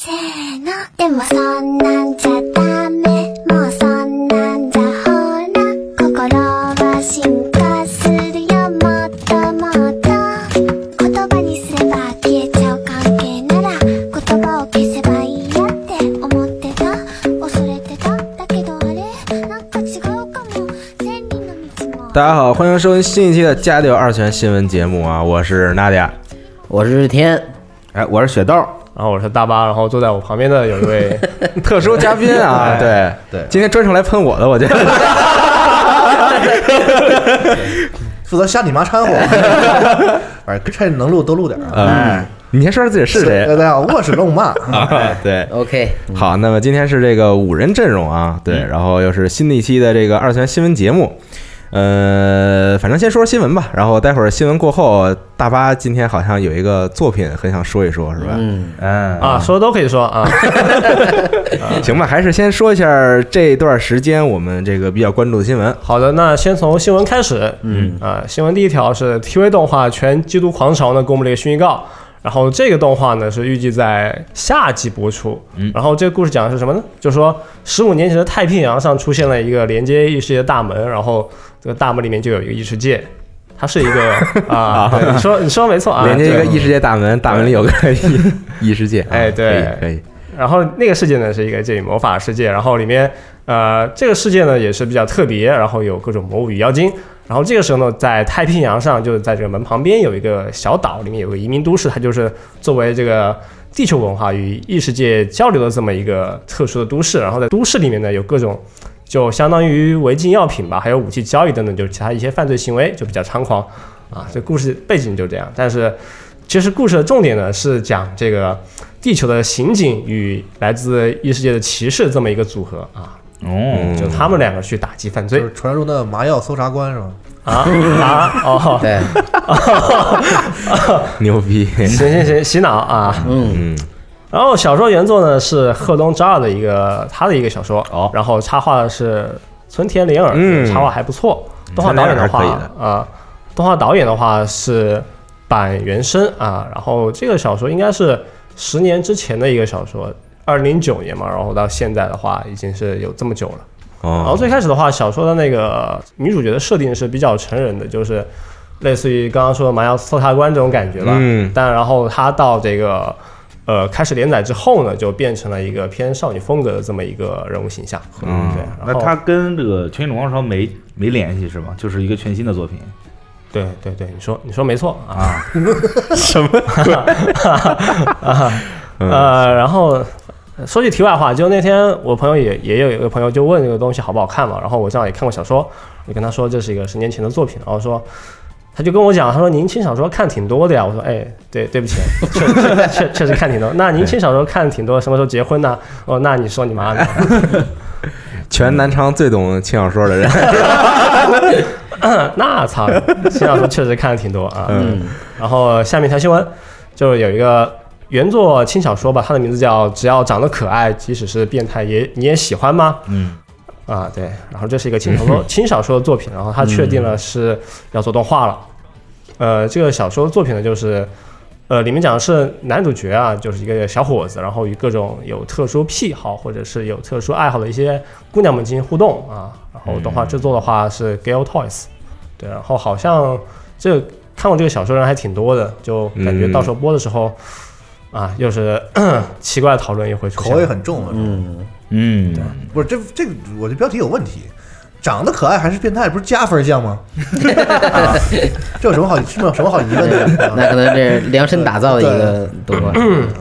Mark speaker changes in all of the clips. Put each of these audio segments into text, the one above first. Speaker 1: せーのでもそんなんじゃダメもうそんなんじゃほら心は進化するよもっともっと言葉にすれば消えちゃう関係なら言葉を消せばいいやって思ってた恐れてただけどあれなんか違うかも千里の道も
Speaker 2: 大家好，欢迎收听新一期的《家里有二泉新闻节目》啊，我是娜迪亚，
Speaker 3: 我是天，
Speaker 2: 哎，我是雪豆，
Speaker 4: 然后我是大巴，然后坐在我旁边的有一位，
Speaker 2: 特殊嘉宾 啊，对
Speaker 5: 对
Speaker 2: 今天专程来喷我的，我觉 得
Speaker 5: 负责瞎你妈掺和，反正趁能录多录点儿啊。
Speaker 2: 嗯，你先说说自己是
Speaker 5: 大
Speaker 2: 谁
Speaker 5: 家好，我是龙妈，
Speaker 2: 啊？ 对，
Speaker 3: OK，
Speaker 2: 好，那么今天是这个五人阵容啊，对，然后又是新的一期的这个二次元新闻节目，呃，反正先说说新闻吧，然后待会儿新闻过后，大巴今天好像有一个作品很想说一说，是吧？
Speaker 3: 嗯，
Speaker 5: 嗯
Speaker 4: 啊，说都可以说啊，
Speaker 2: 呃行吧，还是先说一下这段时间我们这个比较关注的新闻。
Speaker 4: 好的，那先从新闻开始。嗯，啊，新闻第一条是 TV 动画《全基督狂潮》呢公布了一个新预告，然后这个动画呢是预计在夏季播出。嗯，然后这个故事讲的是什么呢？就是说十五年前的太平洋上出现了一个连接异世界的大门，然后这个大门里面就有一个异世界，它是一个 啊，对你说你说没错啊，
Speaker 2: 连接一个
Speaker 4: 对
Speaker 2: 异世界大门，大门里有个异异世界。
Speaker 4: 哎
Speaker 2: 啊
Speaker 4: 对
Speaker 2: 可以可以。
Speaker 4: 然后那个世界呢是一个这里魔法世界，然后里面呃这个世界呢也是比较特别，然后有各种魔物与妖精。然后这个时候呢，在太平洋上，就是在这个门旁边有一个小岛，里面有个移民都市，它就是作为这个地球文化与异世界交流的这么一个特殊的都市。然后在都市里面呢，有各种就相当于违禁药品吧，还有武器交易等等，就是其他一些犯罪行为就比较猖狂啊。这故事背景就这样，但是其实故事的重点呢是讲这个地球的刑警与来自异世界的骑士这么一个组合啊，
Speaker 2: 嗯
Speaker 4: 就他们两个去打击犯
Speaker 5: 就
Speaker 4: 罪
Speaker 5: 是传说中的麻药搜查官是吧？
Speaker 4: 啊 啊 哦，
Speaker 3: 对，
Speaker 2: 牛 逼。
Speaker 4: 行行行，洗脑啊。
Speaker 3: 嗯，
Speaker 4: 然后小说原作呢是贺东哲二的一个他的一个小说，
Speaker 2: 哦
Speaker 4: 然后插画是村田玲儿，
Speaker 2: 嗯
Speaker 4: 插画还不错。动画导演的话
Speaker 2: 村田玲儿还
Speaker 4: 啊、动画导演的话是板垣生啊，然后这个小说应该是十年之前的一个小说，二零零九年嘛，然后到现在的话已经是有这么久了。然后
Speaker 2: 哦，
Speaker 4: 最开始的话，小说的那个女主角的设定是比较成人的，就是类似于刚刚说的麻药搜查官这种感觉吧。
Speaker 2: 嗯
Speaker 4: 但然后她到这个呃开始连载之后呢，就变成了一个偏少女风格的这么一个人物形象。
Speaker 2: 嗯
Speaker 4: 对。
Speaker 6: 那
Speaker 4: 然后
Speaker 6: 他跟这个《全新龙王朝》没没联系是吗？就是一个全新的作品。
Speaker 4: 对对对，你说你说没错啊。 什么？啊呃，然后说句题外话，就那天我朋友也也有一个朋友就问这个东西好不好看嘛，然后我正好也看过小说，我跟他说这是一个十年前的作品，然后说。他就跟我讲，他说您轻小说看挺多的呀。我说，哎，对，对不起，确确确确实看挺多。那您轻小说看挺多，什么时候结婚呢？哦，那你说你妈呢？
Speaker 2: 全南昌最懂轻小说的 人。
Speaker 4: 那操，新小说确实看的挺多啊。
Speaker 2: 嗯
Speaker 4: 然后下面一条新闻，就是有一个原作轻小说吧，它的名字叫《只要长得可爱，即使是变态也你也喜欢吗》。
Speaker 6: 嗯，
Speaker 4: 啊对，然后这是一个轻小 说轻小说的作品，然后它确
Speaker 5: 嗯
Speaker 4: 定了是要做动画了。呃，这个小说作品呢，就是呃，里面讲的是男主角啊，就是一个小伙子，然后与各种有特殊癖好或者是有特殊爱好的一些姑娘们进行互动啊。然后动画制作的话
Speaker 5: 嗯
Speaker 4: 是 Gale Toys，对，然后好像这个看过这个小说的人还挺多的，就感觉到
Speaker 5: 嗯
Speaker 4: 时候播的时候。啊，又是 奇怪的讨论又会出现，
Speaker 5: 口味很重啊。
Speaker 6: 嗯，
Speaker 5: 不是这这个，我这标题有问题。长得可爱还是变态，不是加分项吗？啊这有什么好什么什么好疑问
Speaker 3: 那可
Speaker 5: 的？啊
Speaker 3: 能这是量身打造的一个动画，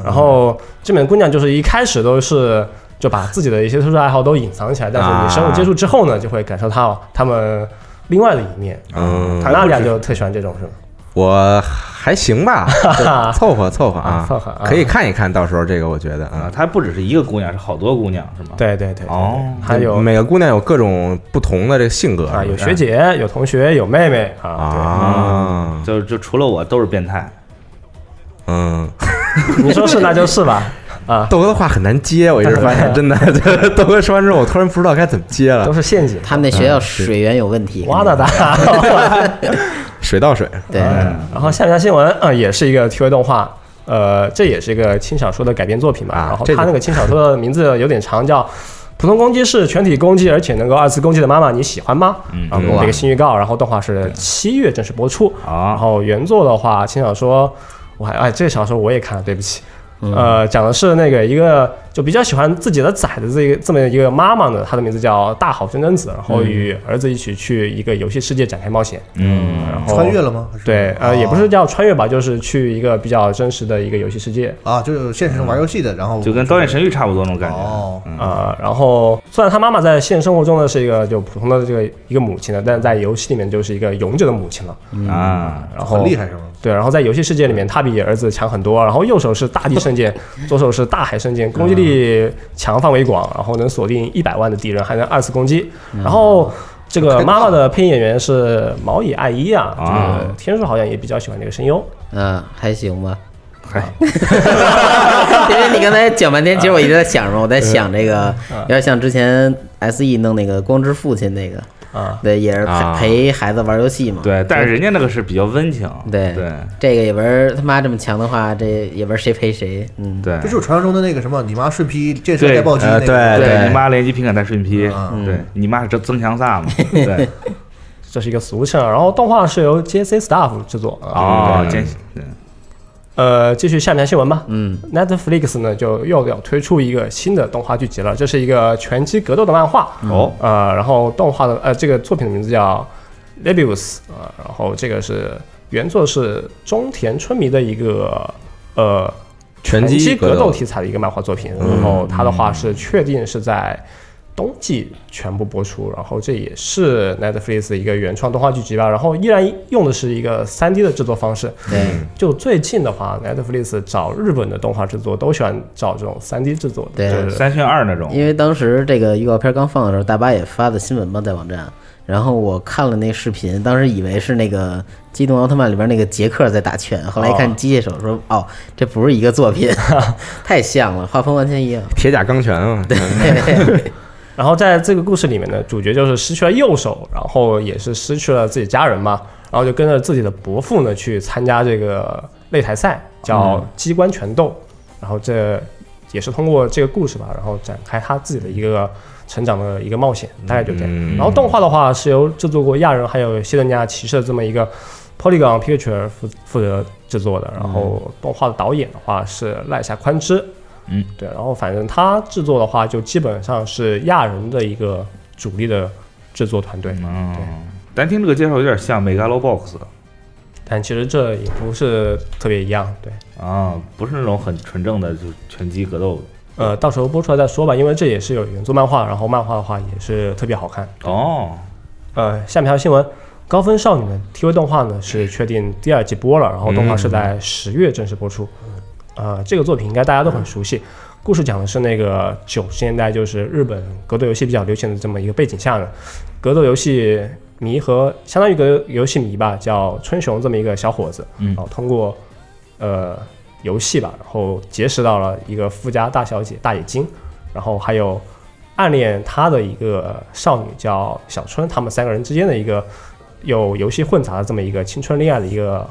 Speaker 4: 然后这本姑娘就是一开始都是就把自己的一些特殊爱好都隐藏起来，但是你深入接触之后呢，就会感受到他们另外的一面。
Speaker 2: 嗯，
Speaker 4: 娜俩就特喜欢这种是吗？
Speaker 2: 我还行 吧，就凑合凑合啊
Speaker 4: 啊，凑合啊
Speaker 2: 可以看一看，到时候这个我觉得
Speaker 6: 啊，
Speaker 2: 啊，
Speaker 6: 他不只是一个姑娘，是好多姑娘是吗？，
Speaker 4: 对对对，
Speaker 6: 哦
Speaker 2: 嗯
Speaker 4: 还有
Speaker 2: 每个姑娘有各种不同的这个性格
Speaker 4: 啊，有
Speaker 2: 是不
Speaker 4: 学
Speaker 2: 是
Speaker 4: 姐，有同学，有妹妹啊。
Speaker 2: 嗯啊，
Speaker 6: 就就除了我都是变态。
Speaker 2: 嗯，
Speaker 4: 对你说是那就是 吧。啊，
Speaker 2: 豆哥的话很难接， 我一直发现真的，就是豆哥说完之后，我突然不知道该怎么接了
Speaker 4: 都，是陷阱。
Speaker 3: 他们那学校水源有问题，
Speaker 4: 哇 哒哒！
Speaker 2: 水到水，
Speaker 3: 对，
Speaker 4: 然后下一条新闻啊、呃也是一个 TV 动画，呃，这也是一个轻小说的改编作品嘛。
Speaker 2: 啊
Speaker 4: 然后
Speaker 2: 这
Speaker 4: 他
Speaker 2: 个
Speaker 4: 那个轻小说的名字有点长，叫《普通攻击是全体攻击，而且能够二次攻击的妈妈，你喜欢吗？》。
Speaker 2: 嗯
Speaker 4: 然后
Speaker 2: 啊
Speaker 4: 那个新预告，然后动画是七月正式播出。然
Speaker 6: 啊，
Speaker 4: 后原作的话，轻小说，我还哎，这小说我也看了，对不起。
Speaker 2: 嗯
Speaker 4: 呃，讲的是那个一个就比较喜欢自己的崽的这个这么一个妈妈呢，她的名字叫大好真真子，然
Speaker 2: 嗯
Speaker 4: 后与儿子一起去一个游戏世界展开冒险，
Speaker 6: 嗯，
Speaker 4: 然后
Speaker 5: 穿越了吗？还是
Speaker 4: 对，呃，
Speaker 5: 哦
Speaker 4: 也不是叫穿越吧，就是去一个比较真实的一个游戏世界
Speaker 5: 啊，就是现实中玩游戏的，然后
Speaker 6: 就跟《刀剑神域》差不多那种感觉。
Speaker 5: 哦，
Speaker 4: 啊、然后虽然她妈妈在现实生活中呢是一个就普通的这个一个母亲呢，但是在游戏里面就是一个勇者的母亲了。
Speaker 6: 啊，
Speaker 4: 然后
Speaker 5: 嗯很厉害是吗？
Speaker 4: 对，然后在游戏世界里面，他比儿子强很多。然后右手是大地圣剑，左手是大海圣剑，攻击力强，范围
Speaker 5: 嗯
Speaker 4: 广，然后能锁定一百万的敌人，还能二次攻击。然后这 个妈妈的配音演员是毛野爱一啊，这个天数好像也比较喜欢这个声优。
Speaker 3: 嗯，还行吧。 因为你刚才讲 半天，其实我一直在想什么，我在想这
Speaker 4: 啊
Speaker 3: 个，有点像之前 S E 弄那个《光之父亲》那个，
Speaker 4: 啊，
Speaker 3: 对，也是
Speaker 2: 啊
Speaker 3: 陪陪孩子玩游戏嘛。
Speaker 6: 对，但是人家那个是比较温情，
Speaker 3: 对
Speaker 6: 对
Speaker 3: 这个也门他妈这么强的话，这也门谁陪谁？嗯，
Speaker 6: 对哎
Speaker 5: 这就是传说中的那个什么，你妈顺劈健身带暴击
Speaker 2: 对
Speaker 5: 那
Speaker 2: 呃
Speaker 5: 个，
Speaker 2: 对
Speaker 6: 对，你妈连击平砍带顺劈，
Speaker 5: 嗯
Speaker 6: 对你妈是增增强萨嘛，对，
Speaker 4: 这是一个俗称。然后动画是由 JC Staff 制作啊。
Speaker 6: 哦，真对
Speaker 4: 呃，继续下面新闻吧。
Speaker 3: 嗯
Speaker 4: ，Netflix 呢就又要推出一个新的动画剧集了，这是一个拳击格斗的漫画。
Speaker 6: 哦，
Speaker 4: 呃，然后动画的呃这个作品的名字叫《Lebius》啊，然后这个是原作是中田春弥的一个呃
Speaker 2: 拳击
Speaker 4: 击格
Speaker 2: 格斗
Speaker 4: 题材的一个漫画作品，然后它的话是确定是在。冬季全部播出，然后这也是 Netflix 的一个原创动画剧集吧，然后依然用的是一个 3D 的制作方式，
Speaker 3: 对，
Speaker 4: 就最近的话，Netflix 找日本的动画制作都喜欢找这种 3D 制作的，
Speaker 3: 对
Speaker 4: 就是
Speaker 6: 三选二那种，
Speaker 3: 因为当时这个预告片刚放的时候，大巴也发的新闻嘛，在网站。然后我看了那个视频，当时以为是那个《机动奥特曼》里边那个杰克在打拳，后来一看机械手说：“哦，这不是一个作品， 太像了，画风完全一样。
Speaker 2: 铁甲钢拳啊，对，
Speaker 4: 然后在这个故事里面呢，主角就是失去了右手，然后也是失去了自己家人嘛，然后就跟着自己的伯父呢去参加这个擂台赛，
Speaker 2: 嗯
Speaker 4: 叫机关拳斗。然后这也是通过这个故事吧，然后展开他自己的一个成长的一个冒险，大概就这样。
Speaker 2: 嗯
Speaker 4: 然后动画的话是由制作过《亚人》还有《西德尼亚骑士》的这么一个 Polygon Picture 负负责制作的，然后
Speaker 2: 嗯
Speaker 4: 动画的导演的话是赖下宽之，
Speaker 6: 嗯，
Speaker 4: 对，然后反正他制作的话就基本上是亚人的一个主力的制作团队，
Speaker 6: 嗯，咱听这个介绍有点像 Megalobox
Speaker 4: 但其实这也不是特别一样，对。
Speaker 6: 啊，不是那种很纯正的就是拳击格斗
Speaker 4: 呃，到时候播出来再说吧，因为这也是有原作漫画，然后漫画的话也是特别好看。
Speaker 6: 哦，
Speaker 4: 呃，下面一条新闻，《高分少女》的 TV 动画呢是确定第二季播了，然后动画是在十月正式播出。呃，这个作品应该大家都很熟悉，故事讲的是那个九十年代，就是日本格斗游戏比较流行的这么一个背景下呢，格斗游戏迷和相当于格斗游戏迷吧，叫春雄这么一个小伙子，
Speaker 6: 嗯
Speaker 4: 然后通过呃游戏吧，然后结识到了一个富家大小姐大野晶，然后还有暗恋他的一个少女叫小春，他们三个人之间的一个有游戏混杂的这么一个青春恋爱的一个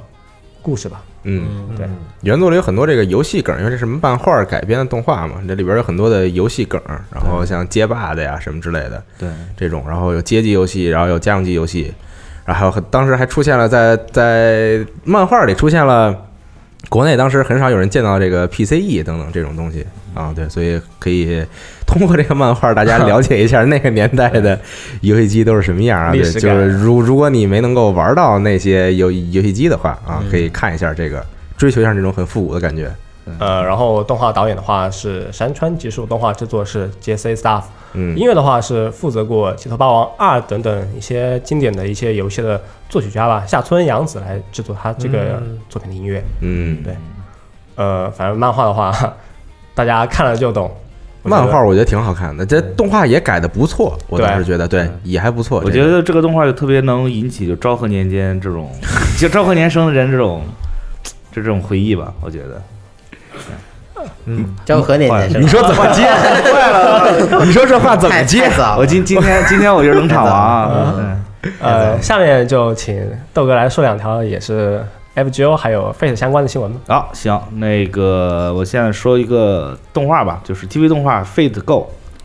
Speaker 4: 故事吧。
Speaker 2: 嗯，
Speaker 4: 对，
Speaker 2: 原作里有很多这个游戏梗，因为这是漫画改编的动画嘛，这里边有很多的游戏梗，然后像街霸的呀什么之类的
Speaker 6: 对，
Speaker 2: 这种，然后有街机游戏，然后有家用机游戏，然后还有很当时还出现了在在漫画里出现了。国内当时很少有人见到这个 PCE 等等这种东西啊，对，所以可以通过这个漫画，大家了解一下那个年代的游戏机都是什么样啊。对
Speaker 4: 历，史
Speaker 2: 就
Speaker 4: 感
Speaker 2: 是如如果你没能够玩到那些游游戏机的话啊，
Speaker 4: 嗯
Speaker 2: 可以看一下这个，追求一下这种很复古的感觉。
Speaker 4: 呃，然后动画导演的话是山川吉树，动画制作是 JC Staff，
Speaker 2: 嗯
Speaker 4: 音乐的话是负责过《街头霸王二》等等一些经典的一些游戏的作曲家吧，下村洋子来制作他这个作品的音乐。
Speaker 2: 嗯，
Speaker 4: 对呃，反正漫画的话， 大家看了就懂。我觉得
Speaker 2: 漫画我觉得挺好看的，这动画也改的不错，我
Speaker 4: 对嗯
Speaker 2: 当时觉得对也还不错。
Speaker 6: 我
Speaker 2: 这
Speaker 6: 觉
Speaker 2: 个
Speaker 6: 得这个动画就特别能引起就昭和年间 这种就昭和年生的人这种就这种回忆吧，我觉得
Speaker 3: 昭和年间是吧？
Speaker 2: 说怎么接？坏了，你说这话
Speaker 3: 太太早
Speaker 6: 我
Speaker 3: 了
Speaker 6: 今今天今天我就是
Speaker 2: 嗯
Speaker 6: 冷场王啊，
Speaker 4: 呃，下面就请豆哥来说两条也是 FGO 还有 Fate 相关的新闻吗？
Speaker 6: 好，行，那个我现在说一个动画吧，就是 TV 动画《Fate Go》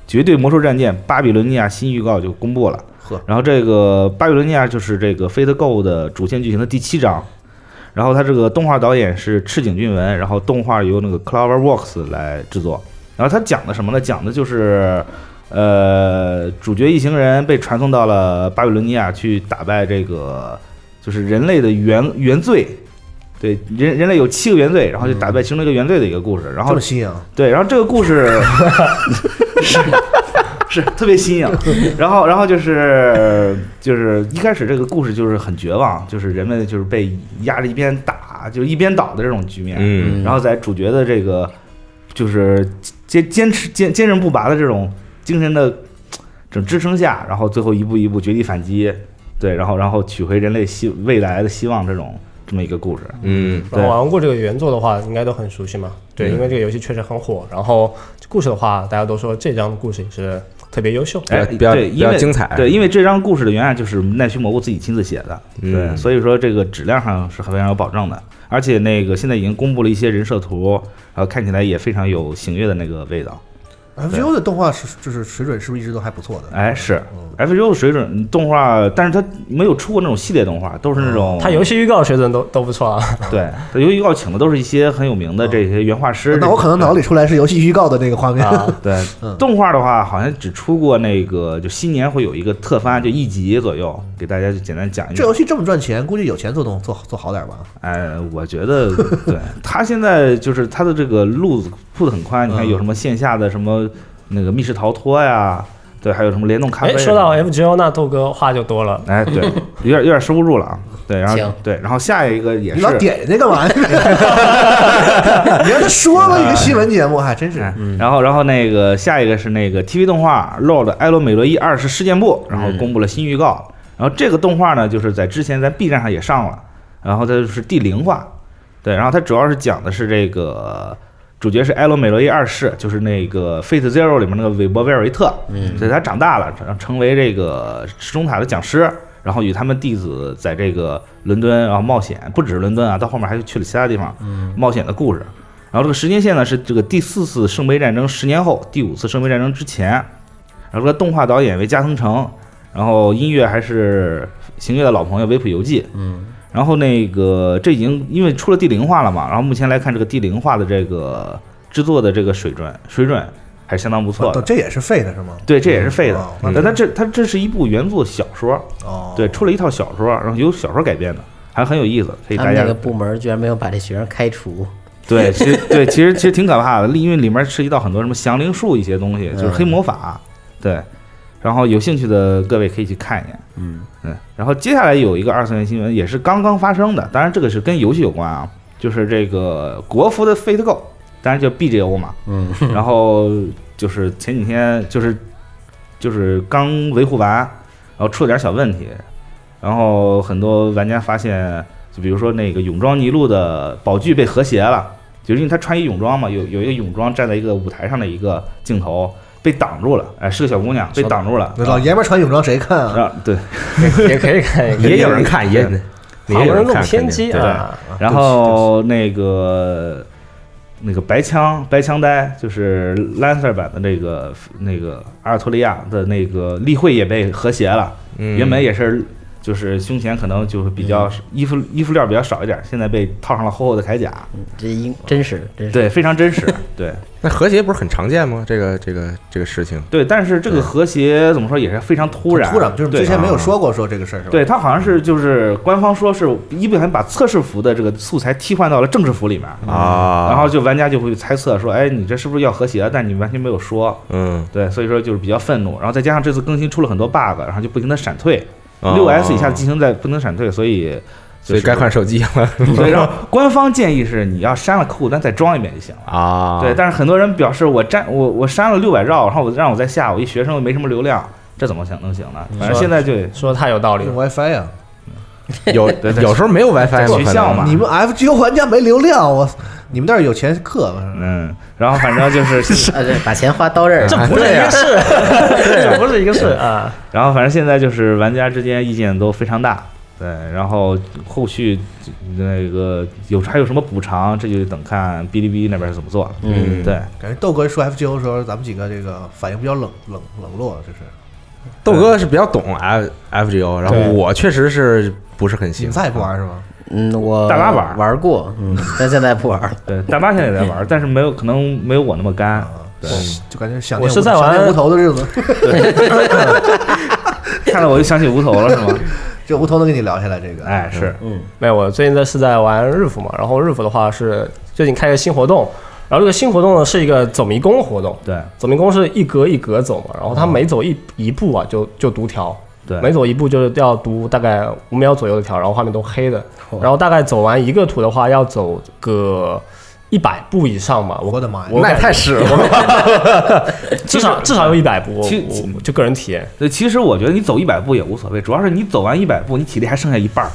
Speaker 6: 绝对魔兽战舰巴比伦尼亚新预告就公布了。
Speaker 5: 呵，
Speaker 6: 然后这个巴比伦尼亚就是这个《Fate Go》的主线剧情的第七章，然后它这个动画导演是赤井俊文，然后动画由那个 CloverWorks 来制作。然后它讲的什么呢？讲的就是，呃，主角一行人被传送到了巴比伦尼亚去打败这个，就是人类的原原罪。对，人人类有七个原罪，然后就打败其中一个原罪的一个故事。然
Speaker 5: 这
Speaker 6: 后
Speaker 5: 么新颖，啊
Speaker 6: 对，然后这个故事是是特别新颖，然后然后就是就是一开始这个故事就是很绝望，就是人们就是被压着一边打，就是一边倒的这种局面，
Speaker 2: 嗯
Speaker 6: 然后在主角的这个就是坚坚持坚坚韧不拔的这种精神的这种支撑下，然后最后一步一步绝地反击，对，然后然后取回人类希未来的希望这种这么一个故事，
Speaker 2: 嗯
Speaker 6: 对
Speaker 4: 玩过这个原作的话，应该都很熟悉嘛。对，
Speaker 6: 嗯
Speaker 4: 因为这个游戏确实很火。然后故事的话，大家都说这章的故事也是特别优秀。
Speaker 2: 哎
Speaker 6: 哎，
Speaker 2: 比较
Speaker 6: 对
Speaker 2: 比较
Speaker 6: 因为
Speaker 2: 精彩
Speaker 6: 对，因为这张故事的原案就是奈须蘑菇自己亲自写的，
Speaker 2: 嗯
Speaker 6: 对，所以说这个质量上是非常有保证的。而且那个现在已经公布了一些人设图，然后看起来也非常有醒月的那个味道。
Speaker 5: FGO 的动画是就是水准是不是一直都还不错的？
Speaker 6: 哎，是
Speaker 5: 嗯
Speaker 6: F U 水准动画，但是它没有出过那种系列动画，都是那
Speaker 5: 哦
Speaker 6: 种
Speaker 4: 它游戏预告水准都都不错啊。
Speaker 6: 对，它游戏预告请的都是一些很有名的这些原画师。
Speaker 5: 哦那我可能脑子里出来是游戏预告的那个画面，
Speaker 4: 啊
Speaker 6: 对
Speaker 5: 嗯
Speaker 6: 动画的话，好像只出过那个，就新年会有一个特番，就一集左右，给大家就简单讲一
Speaker 5: 这
Speaker 6: 讲
Speaker 5: 游。戏这么赚钱，估计有钱做动做做好点吧。
Speaker 6: 哎，我觉得对他现在就是他的这个路子铺的很宽，你看
Speaker 5: 嗯
Speaker 6: 有什么线下的什么那个密室逃脱呀，对，还有什么联动咖啡
Speaker 4: 哎，
Speaker 6: 什么的。
Speaker 4: 说到 FGO，那豆哥话就多 了。
Speaker 6: 哎，对，有点有点收不住了啊。对，然
Speaker 3: 行
Speaker 6: 后对，然后下一个也
Speaker 5: 你
Speaker 6: 是
Speaker 5: 老点人家干嘛？ 你让他说吧，一个新闻节目，还真是嗯
Speaker 6: 哎，然后然后那个下一个是那个 TV 动画《Lord 埃罗美罗伊二世事件簿》，然后公布了新预告。然后这个动画呢，就是在之前在 B 站上也上了，然后它就是第零话，对，然后它主要是讲的是这个主角是埃罗美罗伊二世，就是那个 Fate Zero 里面那个韦伯维尔维特，
Speaker 3: 嗯
Speaker 6: 所以他长大了，成成为这个石钟塔的讲师，然后与他们弟子在这个伦敦然后冒险，不只是伦敦啊，到后面还去了其他地方冒险的故事。然后这个时间线呢是这个第四次圣杯战争十年后，第五次圣杯战争之前。然后这个动画导演为加藤诚，然后音乐还是行月的老朋友维普游记。
Speaker 3: 嗯，
Speaker 6: 然后那个这已经因为出了第零话了嘛，然后目前来看这个第零话的这个制作的这个水准水准还是相当不错的。
Speaker 5: 这也是废的是吗？
Speaker 6: 对，这也是废的
Speaker 5: 哦。
Speaker 3: 嗯
Speaker 6: 但它这它这是一部原作小说，
Speaker 5: 哦，
Speaker 6: 对，出了一套小说，然后由小说改编的，还很有意思，可以
Speaker 3: 他
Speaker 6: 大
Speaker 3: 们
Speaker 6: 家
Speaker 3: 那个部门居然没有把这学生开除，
Speaker 6: 对，其实对，其实其实挺可怕的，因为里面涉及到很多什么降临术一些东西，就是黑魔法，
Speaker 3: 嗯
Speaker 6: 对。然后有兴趣的各位可以去看一眼，
Speaker 3: 嗯
Speaker 6: 嗯。然后接下来有一个二次元新闻，也是刚刚发生的，当然这个是跟游戏有关啊，就是这个国服的 Fate Go，当然叫 BGO 嘛，
Speaker 3: 嗯，
Speaker 6: 然后就是前几天就是就是刚维护完，然后出了点小问题，然后很多玩家发现，就比如说那个泳装尼禄的宝具被和谐了，就是因为他穿一泳装嘛，有有一个泳装站在一个舞台上的一个镜头被挡住了，哎，是个小姑娘被挡住了，
Speaker 5: 那老爷们儿穿泳装谁看啊？
Speaker 6: 让对，
Speaker 4: 也可以看一看，
Speaker 2: 也有人看，也
Speaker 6: 嗯对
Speaker 2: 也
Speaker 4: 有
Speaker 2: 有
Speaker 4: 人
Speaker 2: 人
Speaker 4: 弄
Speaker 2: 看
Speaker 4: 天机
Speaker 2: 肯定
Speaker 4: 啊。
Speaker 6: 然后那个那个白枪白枪呆就是 Lancer 版的那个那个阿尔托利亚的那个例会也被和谐了，
Speaker 2: 嗯
Speaker 6: 原本也是就是胸前可能就是
Speaker 5: 嗯
Speaker 6: 比较衣服衣服料比较少一点，现在被套上了厚厚的铠甲，
Speaker 3: 这应真实真实。
Speaker 6: 对，非常真实，对
Speaker 2: 那和谐不是很常见吗？这个这个这个事情，
Speaker 6: 对，但是这个和谐怎么说也是非常突然，
Speaker 5: 突然就是
Speaker 6: 对啊
Speaker 5: 之前没有说过说这个事儿是吧？
Speaker 6: 对他好像是就是官方说是一不小心把测试服的这个素材替换到了正式服里面
Speaker 2: 啊
Speaker 6: 然后就玩家就会猜测说，哎，你这是不是要和谐？但你完全没有说，
Speaker 2: 嗯，
Speaker 6: 对，所以说就是比较愤怒。然后再加上这次更新出了很多 bug，然后就不停的闪退，
Speaker 2: 哦
Speaker 6: 六 S 以下进行在不能闪退，所以、
Speaker 2: 所以该换。手机了
Speaker 6: 所以让官方建议是你要删了客户端再装一遍就行了。
Speaker 2: 啊
Speaker 6: 对，，但是很多人表示我删我我删了六百兆，然后我让我再下，我一学生又没什么流量，这怎么行能行呢？
Speaker 2: 嗯
Speaker 6: 反正现在就
Speaker 4: 说的太有道理了
Speaker 5: 用。WiFi 啊呀、
Speaker 2: 有
Speaker 6: 对对
Speaker 2: 有时候没有 WiFi 嘛
Speaker 6: 学校
Speaker 2: 可能
Speaker 6: 嘛
Speaker 5: 你们 FGO 玩家没流量，我你们那儿有钱氪吧？
Speaker 6: 嗯，然后反正 就是
Speaker 3: 啊，对，把钱花刀刃儿
Speaker 2: 这
Speaker 3: 上，
Speaker 4: 不是一个事，这不是一个事啊。
Speaker 6: 然后反正现在就是玩家之间意见都非常大，对，然后后续那个有还有什么补偿，这就等看哔哩哔哩那边是怎么做了。
Speaker 3: 嗯
Speaker 6: 对，
Speaker 5: 感觉豆哥说 FGO 的时候，咱们几个这个反应比较冷冷冷落，这是
Speaker 2: 豆哥是比较懂 F F G O，然后
Speaker 4: 对
Speaker 2: 我确实是不是很
Speaker 5: 你
Speaker 2: 行
Speaker 5: 们。仨也不玩是吗？
Speaker 3: 嗯，我
Speaker 6: 大巴玩儿
Speaker 3: 玩过，嗯，但现在不玩了。
Speaker 6: 对，大巴现在也在玩，但是没有可能没有我那么干。
Speaker 5: 啊，
Speaker 6: 对，
Speaker 5: 就感觉想
Speaker 4: 我
Speaker 5: 念
Speaker 4: 是
Speaker 5: 无
Speaker 4: 在
Speaker 5: 想念
Speaker 4: 玩
Speaker 5: 无头的日子，
Speaker 6: 看到我就想起无头了，是吗？
Speaker 5: 这无头能跟你聊下来这个。
Speaker 6: 哎，是，
Speaker 3: 嗯，
Speaker 4: 没有，我最近在是在玩日服嘛，然后日服的话是最近开个新活动，然后这个新活动呢是一个走迷宫活动，
Speaker 6: 对
Speaker 4: 走迷宫是一格一格走嘛，然后它每走一一步啊就就读条，每
Speaker 6: 对，
Speaker 4: 走一步就是要读大概五秒左右的条，然后画面都黑的，
Speaker 3: 嚯
Speaker 4: 然后大概走完一个图的话要走个一百步以上吧，
Speaker 5: 我
Speaker 4: 我
Speaker 5: 的妈呀！
Speaker 4: 我
Speaker 2: 那也
Speaker 4: 感觉
Speaker 2: 太屎了！
Speaker 4: 至少至少有一百步，我
Speaker 6: 哎其
Speaker 4: 我就个人体验，
Speaker 6: 对，其实我觉得你走一百步也无所谓，主要是你走完一百步，你体力还剩下一半儿，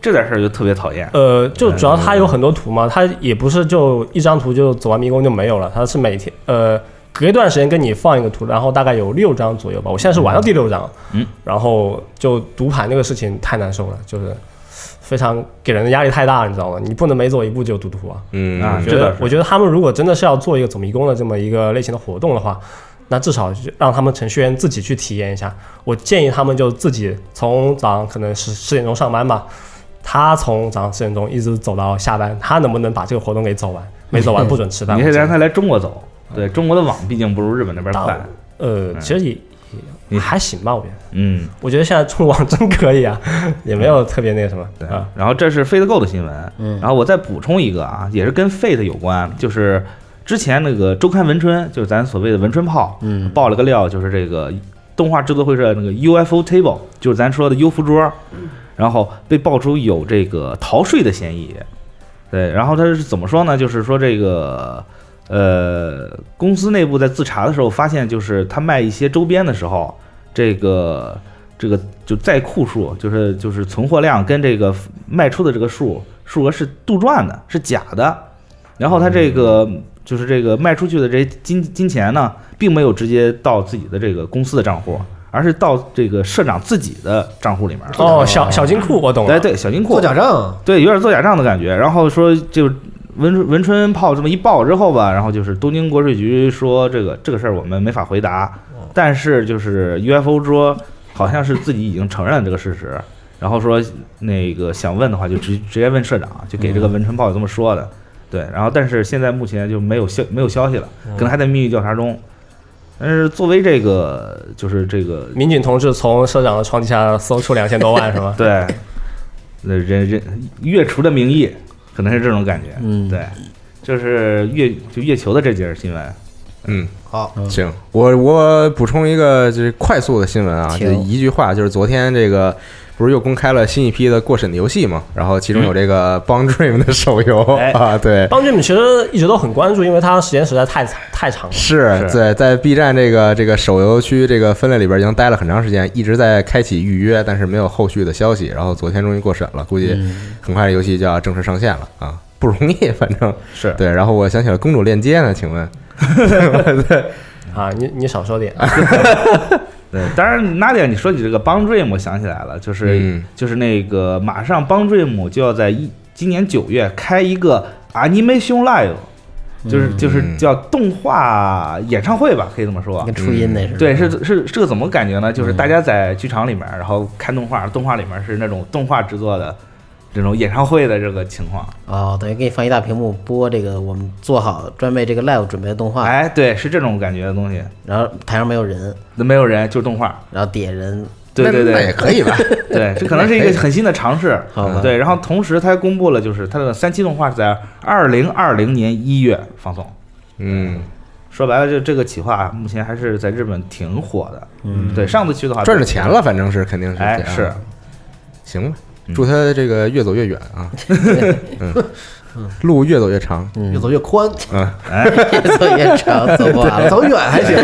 Speaker 6: 这点事儿就特别讨厌。
Speaker 4: 呃，就主要它有很多图嘛，它也不是就一张图就走完迷宫就没有了，它是每天呃隔一段时间跟你放一个图，然后大概有六张左右吧。我现在是玩到第六张，
Speaker 6: 嗯，
Speaker 4: 然后就读盘这个事情太难受了，就是非常给人的压力太大，你知道吗？你不能每走一步就读图啊。
Speaker 2: 嗯
Speaker 6: 啊
Speaker 4: 我
Speaker 6: 这
Speaker 4: 觉
Speaker 6: 倒
Speaker 4: 得
Speaker 6: 是
Speaker 4: 我觉得他们如果真的是要做一个走迷宫的这么一个类型的活动的话，那至少就让他们程序员自己去体验一下。我建议他们就自己从早上可能十十点钟上班吧，他从早上十点钟一直走到下班，他能不能把这个活动给走完？没走 完不准吃饭。
Speaker 6: 你还
Speaker 4: 我
Speaker 6: 得
Speaker 4: 觉得
Speaker 6: 让他来中国走，
Speaker 3: 嗯
Speaker 6: 对，中国的网毕竟不如日本那边快。
Speaker 4: 呃，
Speaker 6: 嗯
Speaker 4: 其实也也还行吧，我觉得。
Speaker 6: 嗯，
Speaker 4: 我觉得现在中网真可以啊，也没有特别那个什么
Speaker 6: 对
Speaker 4: 啊。。
Speaker 6: 然后这是 Fate Go 的新闻，嗯，然后我再补充一个啊，也是跟 Fate 有关，就是之前那个周刊文春，就是咱所谓的文春炮，
Speaker 3: 嗯，
Speaker 6: 爆了个料，就是这个动画制作会社那个 UFO Table，就是咱说的优芙桌，然后被爆出有这个逃税的嫌疑。对，然后他是怎么说呢？就是说这个。呃，公司内部在自查的时候发现，就是他卖一些周边的时候，这个这个就在库数，就是就是存货量跟这个卖出的这个数数额是杜撰的，是假的。然后他这个就是这个卖出去的这些金金钱呢，并没有直接到自己的这个公司的账户，而是到这个社长自己的账户里面。
Speaker 4: 哦，小小金库我懂
Speaker 6: 哎，
Speaker 4: 了。
Speaker 6: 对，小金库
Speaker 5: 做假账，
Speaker 6: 对，有点做假账的感觉。然后说就文文春炮这么一爆之后吧，然后就是东京国税局说这个这个事儿我们没法回答，
Speaker 5: 哦
Speaker 6: 但是就是 UFO 说好像是自己已经承认了这个事实，然后说那个想问的话就直直接问社长，就给
Speaker 5: 嗯
Speaker 6: 这个文春炮这么说的。对，然后但是现在目前就没有消没有消息了，
Speaker 5: 嗯
Speaker 6: 可能还在秘密调查中。但是作为这个就是这个
Speaker 4: 民警同志从社长的床底下搜出两千多万是 吗？
Speaker 6: 对，那人人月厨的名义，可能是这种感觉。
Speaker 3: 嗯
Speaker 6: 对，就是月就月球的这件新闻。
Speaker 2: 嗯，
Speaker 5: 好，
Speaker 2: 行，我我补充一个就是快速的新闻啊，
Speaker 3: 请
Speaker 2: 就一句话，就是昨天这个不是又公开了新一批的过审的游戏嘛，然后其中有这个《Bond Dream》的手游
Speaker 6: 哎
Speaker 2: 啊，对，
Speaker 4: 邦俊敏其实一直都很关注，因为他时间实在太太长了。
Speaker 2: 是
Speaker 6: 是
Speaker 2: 在在 B 站这个这个手游区这个分类里边已经待了很长时间，一直在开启预约，但是没有后续的消息。然后昨天终于过审了，估计
Speaker 6: 嗯
Speaker 2: 很快这游戏就要正式上线了啊，不容易，反正
Speaker 6: 是
Speaker 2: 对。然后我想起了公主链接呢，请问，
Speaker 4: 啊，你你少说点。
Speaker 6: 对，当然，Nadia，你说起这个 Bond Dream，我想起来了，就是、
Speaker 2: 嗯
Speaker 6: 就是那个马上 Bond Dream 就要在一今年九月开一个 Animation Live，就是、
Speaker 2: 嗯
Speaker 6: 就是叫动画演唱会吧，可以这么说。
Speaker 3: 跟初音那似的。
Speaker 6: 对，是是是个怎么感觉呢？就是大家在剧场里面，然后看动画，动画里面是那种动画制作的这种演唱会的这个情况。
Speaker 3: 哦，等于给你放一大屏幕播这个我们做好专为这个 live 准备的动画，
Speaker 6: 哎，对，是这种感觉的东西。
Speaker 3: 然后台上没有人，
Speaker 6: 那没有人，就是动画。
Speaker 3: 然后底下人，
Speaker 6: 对对
Speaker 2: 那那也
Speaker 6: 对
Speaker 2: 可以吧？
Speaker 6: 对，这可能是一个很新的尝试
Speaker 3: 好吧。
Speaker 6: 对，然后同时他还公布了，就是他的三期动画是在二零二零年一月放送。
Speaker 2: 嗯，
Speaker 6: 说白了，就这个企划啊目前还是在日本挺火的。嗯，对，上次去的话
Speaker 2: 赚着钱。了，反正是肯定是这啊
Speaker 6: 哎，
Speaker 2: 样。
Speaker 6: 是，
Speaker 2: 行吧，
Speaker 6: 嗯
Speaker 2: 祝他这个越走越远 啊，嗯，路越走越长，
Speaker 5: 越走越宽，啊
Speaker 2: 嗯，
Speaker 3: 越走越长，走不完了，
Speaker 5: 走远还行，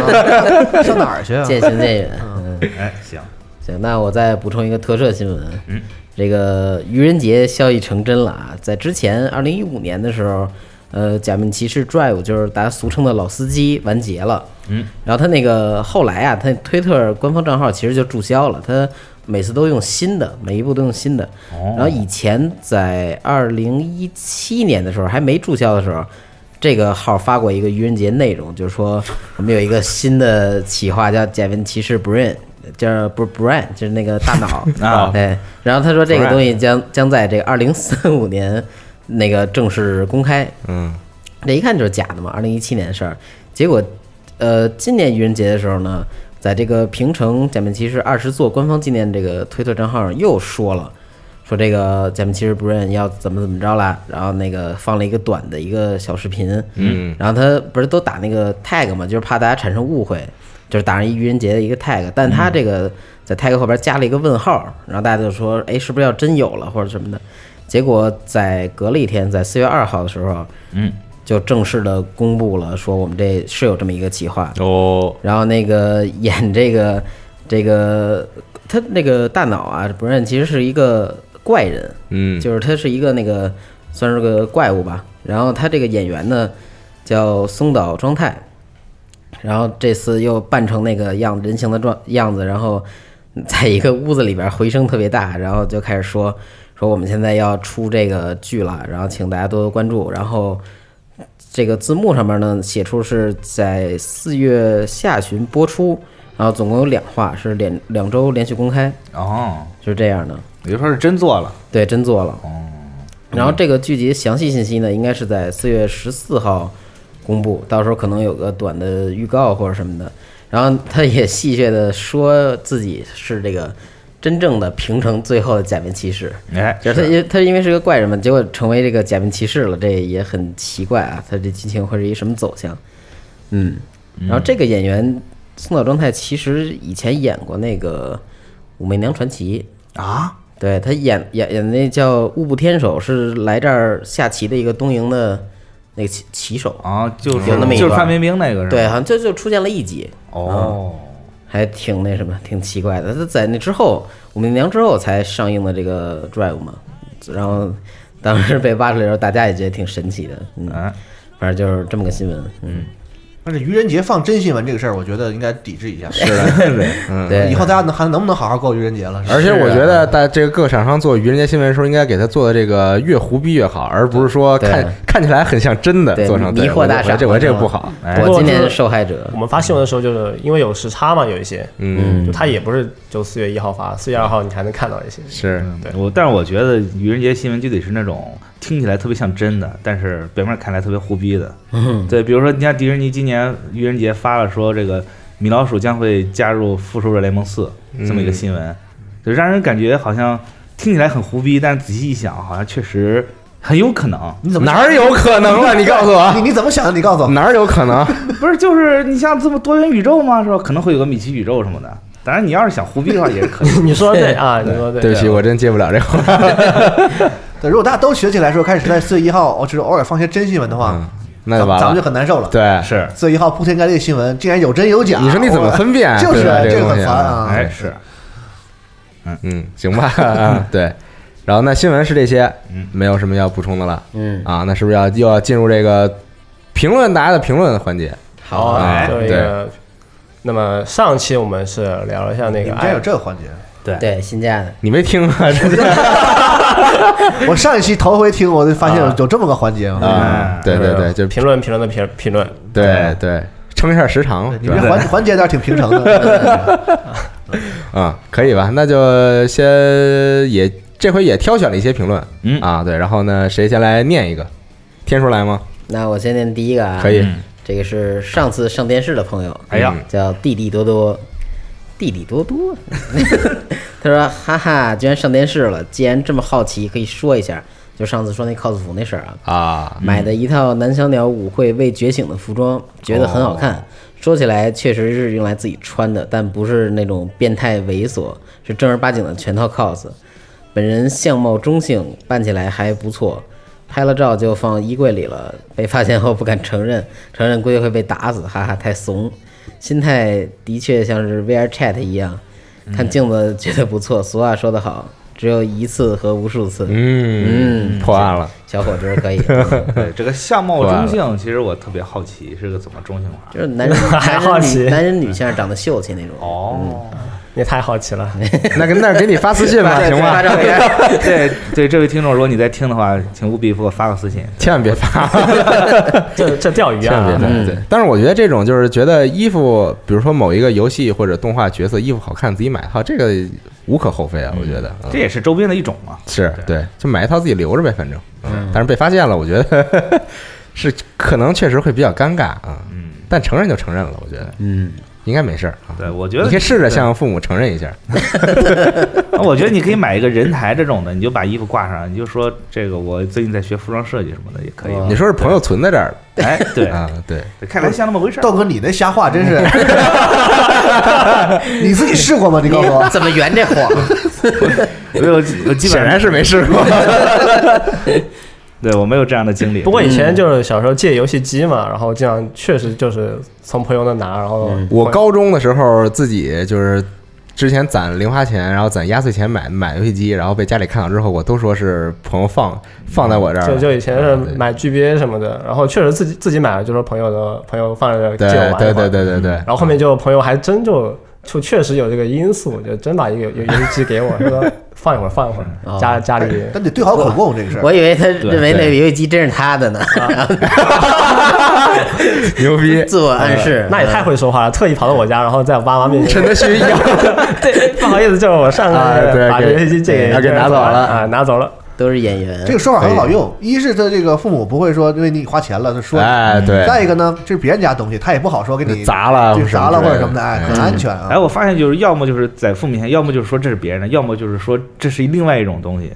Speaker 5: 上哪儿 去啊？
Speaker 3: 渐行渐远。嗯，
Speaker 6: 哎，行，
Speaker 3: 行，那我再补充一个特摄新闻。嗯，这个愚人节消息成真了啊！在之前，二零一五年的时候，呃，《假面骑士 Drive》就是大家俗称的老司机完结了。嗯，然后他那个后来啊，他推特官方账号其实就注销了。他每次都用新的，每一部都用新的。然后以前在二零一七年的时候，还没注销的时候，这个号发过一个愚人节内容，就是说我们有一个新的企划叫“假面骑士 Brain”，叫不是 Brain，就是那个大脑
Speaker 6: 啊
Speaker 3: 对，然后他说这个东西将将在这个二零三五年那个正式公开。
Speaker 2: 嗯，
Speaker 3: 这一看就是假的嘛，二零一七年的事儿。结果，呃，今年愚人节的时候呢，在这个平城假面骑士二十座官方纪念这个推特账号上又说了，说这个假面骑士 Brain 要怎么怎么着啦，然后那个放了一个短的一个小视频，嗯，然后他不是都打那个 tag 嘛，就是怕大家产生误会，就是打上一愚人节的一个 tag，但他这个在 tag 后边加了一个问号，然后大家就说，哎，是不是要真有了或者什么的？结果在隔了一天，在四月二号的时候，
Speaker 6: 嗯，
Speaker 3: 就正式的公布了，说我们这是有这么一个企划。
Speaker 2: 哦，
Speaker 3: 然后那个演这个这个他那个大脑啊，不认其实是一个怪人，
Speaker 2: 嗯，
Speaker 3: 就是他是一个那个算是个怪物吧。然后他这个演员呢叫松岛庄太，然后这次又扮成那个样人形的状样子，然后在一个屋子里边回声特别大，然后就开始说 说我们现在要出这个剧了，然后请大家多多关注，然后。这个字幕上面呢写出是在四月下旬播出，然后总共有两话，是两两周连续公开，
Speaker 6: 哦，
Speaker 3: 就是这样的。
Speaker 6: 也就说是真做了，哦
Speaker 3: 对，真做了。然后这个剧集详细信息呢，应该是在四月十四号公布，到时候可能有个短的预告或者什么的。然后他也戏谑的说自己是这个真正的平成最后的假面骑士，
Speaker 6: 哎，
Speaker 3: 就是他因他因为是个怪人嘛，结果成为这个假面骑士了，这也很奇怪啊。他这剧情会是一什么走向？嗯，然后这个演员松岛庄太其实以前演过那个《武媚娘传奇》，
Speaker 6: 啊，
Speaker 3: 对他演演演那叫雾部天手，是来这儿下棋的一个东营的那个棋棋手，
Speaker 6: 啊，就是
Speaker 3: 有那么一
Speaker 6: 就是
Speaker 3: 段
Speaker 6: 范冰冰那个是吧？
Speaker 3: 对，好像就就出现了一集，嗯
Speaker 6: 哦，
Speaker 3: 还挺那什么，挺奇怪的。他在那之后，武媚娘之后才上映的这个 Drive 嘛，然后当时被挖出来的时候，大家也觉得挺神奇的，嗯，
Speaker 6: 嗯，
Speaker 3: 反正就是这么个新闻，嗯，
Speaker 5: 但是愚人节放真新闻这个事儿，我觉得应该抵制一下。是
Speaker 3: 对，
Speaker 5: 以后大家能还能不能好好过愚人节了？
Speaker 2: 而且我觉
Speaker 5: 啊
Speaker 2: 得，在这个各个厂商做愚人节新闻的时候，应该给他做的这个越胡逼越好，而不是说
Speaker 3: 对
Speaker 2: 看看起来很像真的
Speaker 3: 对
Speaker 2: 做成
Speaker 3: 迷
Speaker 2: 对
Speaker 3: 惑
Speaker 2: 我
Speaker 3: 大
Speaker 2: 我
Speaker 3: 赏
Speaker 2: 这我这个
Speaker 5: 嗯
Speaker 3: 嘛
Speaker 2: 不好。
Speaker 6: 哎
Speaker 3: 我今年是受害者
Speaker 4: 我，们发新闻的时候，就是因为有时差嘛，有一些，
Speaker 2: 嗯
Speaker 4: 就它也不是就四月一号发，四月二号你才能看到一些。
Speaker 2: 是，
Speaker 6: 嗯
Speaker 4: 对
Speaker 6: 我但是我觉得愚人节新闻就得是那种听起来特别像真的，但是表面看来特别胡逼的。
Speaker 3: 嗯，
Speaker 6: 对，比如说你像迪士尼今年愚人节发了说这个米老鼠将会加入复仇者联盟四这么一个新闻，就让人感觉好像听起来很胡逼，但是仔细一想，好像确实很有可能。
Speaker 5: 你怎么
Speaker 2: 哪儿有可能啊？你告诉我，
Speaker 5: 你你怎么想的？你告诉我。
Speaker 2: 哪儿有可能？
Speaker 6: 不是，就是你像这么多元宇宙嘛，是吧？可能会有个米奇宇宙什么的。当然，你要是想胡逼的话也 是可以。
Speaker 4: 你说的对啊，你说的
Speaker 2: 对不起，我真接不了这个话。
Speaker 5: 对，如果大家都学起来说，开始在四月一号，哦我只是偶尔放些真新闻的话
Speaker 2: 嗯，那就
Speaker 5: 咱
Speaker 2: 完
Speaker 5: 咱们就
Speaker 2: 了。
Speaker 5: 啊很难受了。，
Speaker 2: 对，
Speaker 6: 是，
Speaker 5: 四月一号铺天盖地的新闻，竟然有真有假，
Speaker 2: 你说你怎么
Speaker 5: 我
Speaker 2: 分辨？啊
Speaker 5: 就是
Speaker 2: 对吧
Speaker 5: 这
Speaker 2: 这
Speaker 5: 个
Speaker 2: 东
Speaker 5: 很
Speaker 2: 西
Speaker 5: 烦啊！
Speaker 6: 哎，是，
Speaker 2: 嗯，行吧，啊对。然后那新闻是这些
Speaker 6: 嗯，
Speaker 2: 没有什么要补充的了
Speaker 3: 嗯，
Speaker 2: 啊。那是不是要又要进入这个评论大家的评论环节？
Speaker 3: 好
Speaker 4: 好
Speaker 3: 啊，
Speaker 2: 哎
Speaker 4: 这个。那么上期我们是聊了一下那
Speaker 5: 你
Speaker 4: 个哎
Speaker 5: 们竟然
Speaker 4: 爱
Speaker 5: 有，这个环节，
Speaker 3: 对，新加的，
Speaker 2: 你没听啊？ 真的
Speaker 5: 我上一期头回听，我就发现有有这么个环节啊！
Speaker 6: 哎
Speaker 2: 啊，对对对，就
Speaker 4: 评论评论的评评论，
Speaker 2: 对对，撑一下时长
Speaker 5: 对，你
Speaker 2: 是
Speaker 5: 们
Speaker 2: 吧
Speaker 5: 这环环节倒是挺平常 的，
Speaker 2: 啊， 可以吧？那就先也这回也挑选了一些评论，
Speaker 6: 嗯
Speaker 2: 啊，对，然后呢，谁先来念一个？天叔来吗？
Speaker 3: 那我先念第一个啊，
Speaker 2: 可以，
Speaker 3: 这个是上次上电视的朋友，
Speaker 6: 哎呀，
Speaker 3: 叫弟弟多多，弟弟多多，他说哈哈，居然上电视了，既然这么好奇，可以说一下，就上次说那 cos 服那事儿啊，
Speaker 2: 啊，
Speaker 3: 买的一套南小鸟舞会未觉醒的服装，觉得很好看。说起来确实是用来自己穿的，但不是那种变态猥琐，是正儿八经的全套 cos。本人相貌中性，扮起来还不错，拍了照就放衣柜里了。被发现后不敢承认，承认估计会被打死，哈哈，太怂。心态的确像是 VR Chat 一样，看镜子觉得不错。俗话说得好，只有一次和无数次。
Speaker 2: 嗯，破案了，
Speaker 3: 小伙子可以。
Speaker 6: 对这个相貌中性，其实我特别好奇是个怎么中性法。
Speaker 3: 就是男人男
Speaker 4: 好
Speaker 3: 人
Speaker 4: 奇
Speaker 3: 女男人女性长得秀气那种。
Speaker 6: 哦，
Speaker 4: 你也太好奇了。
Speaker 2: 那跟那儿给你发私信 吧，
Speaker 6: 对
Speaker 2: 行吗？
Speaker 6: 对对 对对，这位听众，如果你在听的话，请务必给我发个私信。
Speaker 2: 千万别发，
Speaker 4: 这这钓鱼
Speaker 2: 千万别
Speaker 4: 啊，
Speaker 2: 发。对，但是我觉得这种就是觉得衣服，比如说某一个游戏或者动画角色衣服好看，自己买一套，这个无可厚非啊。我觉得嗯
Speaker 6: 这也是周边的一种嘛。
Speaker 2: 是
Speaker 6: 对
Speaker 2: 对，就买一套自己留着呗，反正。嗯，但是被发现了，我觉得是可能确实会比较尴尬啊。
Speaker 6: 嗯，
Speaker 2: 但承认就承认了，我觉得
Speaker 3: 嗯，
Speaker 2: 应该没事儿啊。
Speaker 6: 对，我觉得
Speaker 2: 你可以试着
Speaker 6: 对
Speaker 2: 向父母承认一下，
Speaker 6: 啊我觉得你可以买一个人台这种的，你就把衣服挂上，你就说这个我最近在学服装设计什么的也可以。
Speaker 3: 哇
Speaker 2: 你说是朋友存在这儿
Speaker 6: 哎，嗯对，
Speaker 2: 哦 啊？对，
Speaker 6: 对看来像那么回事儿。
Speaker 5: 豆哥，你那瞎话 真是，你自己试过吗？你告诉 我，
Speaker 3: 怎么圆这谎？
Speaker 5: 啊
Speaker 6: 我有我基
Speaker 2: 显
Speaker 6: 本上
Speaker 2: 然是没试过。
Speaker 6: 对我没有这样的经历。
Speaker 4: 不过以
Speaker 2: 嗯
Speaker 4: 前就是小时候借游戏机嘛，然后经常确实就是从朋友那拿，然后
Speaker 3: 嗯
Speaker 2: 我高中的时候自己就是之前攒零花钱，然后攒压岁钱买买游戏机，然后被家里看到之后，我都说是朋友放放在我这儿
Speaker 4: 就
Speaker 2: 了，
Speaker 4: 就以前是
Speaker 2: 啊对
Speaker 4: 买 GBA 什么的，然后确实自己自己买了，就说朋友的朋友放在这儿
Speaker 2: 对
Speaker 4: 借我玩一
Speaker 2: 对
Speaker 4: 会儿
Speaker 2: 对对对对，然
Speaker 4: 然后后面就朋友还真就就确实有这个因素，就真把一个游游戏机给我，说放一会儿放一会
Speaker 3: 哦
Speaker 4: 儿，家家里呃
Speaker 5: 但得对好口供这个事
Speaker 3: 我
Speaker 5: 儿。
Speaker 3: 以为他认为那游戏机真是他的 呢，，
Speaker 5: 啊
Speaker 2: 牛逼
Speaker 3: 自我暗示。嗯
Speaker 4: 那也太会说话了，特意跑到我家，然后在我爸妈面前
Speaker 2: 趁他需 要，
Speaker 4: 对，不好意思，就是我上
Speaker 2: 啊对
Speaker 4: 个把
Speaker 2: 给
Speaker 4: 游戏机借
Speaker 2: 对
Speaker 4: 给
Speaker 2: 给拿走了
Speaker 4: 啊，拿走了。
Speaker 3: 都是演员。
Speaker 5: 这个说法很好用，一是他这个父母不会说因为你花钱了，他说你。
Speaker 2: 哎对，
Speaker 5: 再一个呢，这是别人家东西，他也不好说给你
Speaker 2: 砸了
Speaker 5: 对砸了
Speaker 2: 或
Speaker 5: 或
Speaker 2: 者
Speaker 5: 者
Speaker 2: 什么
Speaker 5: 什么
Speaker 2: 之类的
Speaker 5: 的，哎，
Speaker 2: 哎
Speaker 5: 很安全啊。
Speaker 6: 哎，我发现就是要么就是在父母面前，要么就是说这是别人的，要么就是说这是另外一种东西，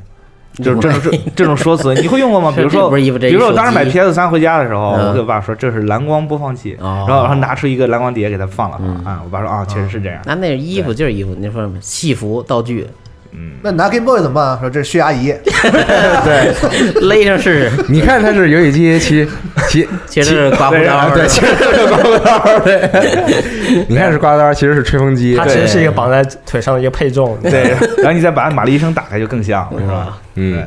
Speaker 6: 就是这种这这种说辞，你会用 过吗？比如
Speaker 3: 这
Speaker 6: 说，
Speaker 3: 不是衣服这是
Speaker 6: 比如说我
Speaker 3: 手
Speaker 6: 当时买
Speaker 3: 机
Speaker 6: PS 三回家的时候，
Speaker 3: 嗯
Speaker 6: 我给我爸说这是蓝光播放器，
Speaker 3: 哦
Speaker 6: 然后然后拿出一个蓝光碟给他放了
Speaker 3: 嗯
Speaker 6: 啊，我爸说啊，确实是这样，
Speaker 3: 那那是衣服就是衣服，你说什么戏服道具，
Speaker 6: 嗯，
Speaker 5: 那你拿 Game Boy 怎么办？说这是血压仪，
Speaker 2: 对，
Speaker 3: 勒上试试，
Speaker 2: 哎你看他是游戏机骑骑，
Speaker 3: 其实是 刮胡
Speaker 6: 对
Speaker 3: 刀
Speaker 6: 啊
Speaker 3: 的。
Speaker 2: 对，其实是刮胡刀，对， 你看是刮胡刀，其实是吹风机，
Speaker 4: 它其实是一个绑在腿上的一个配重，
Speaker 6: 对，然后你再把玛丽医生打开就更像，是吧？
Speaker 2: 嗯
Speaker 6: 对，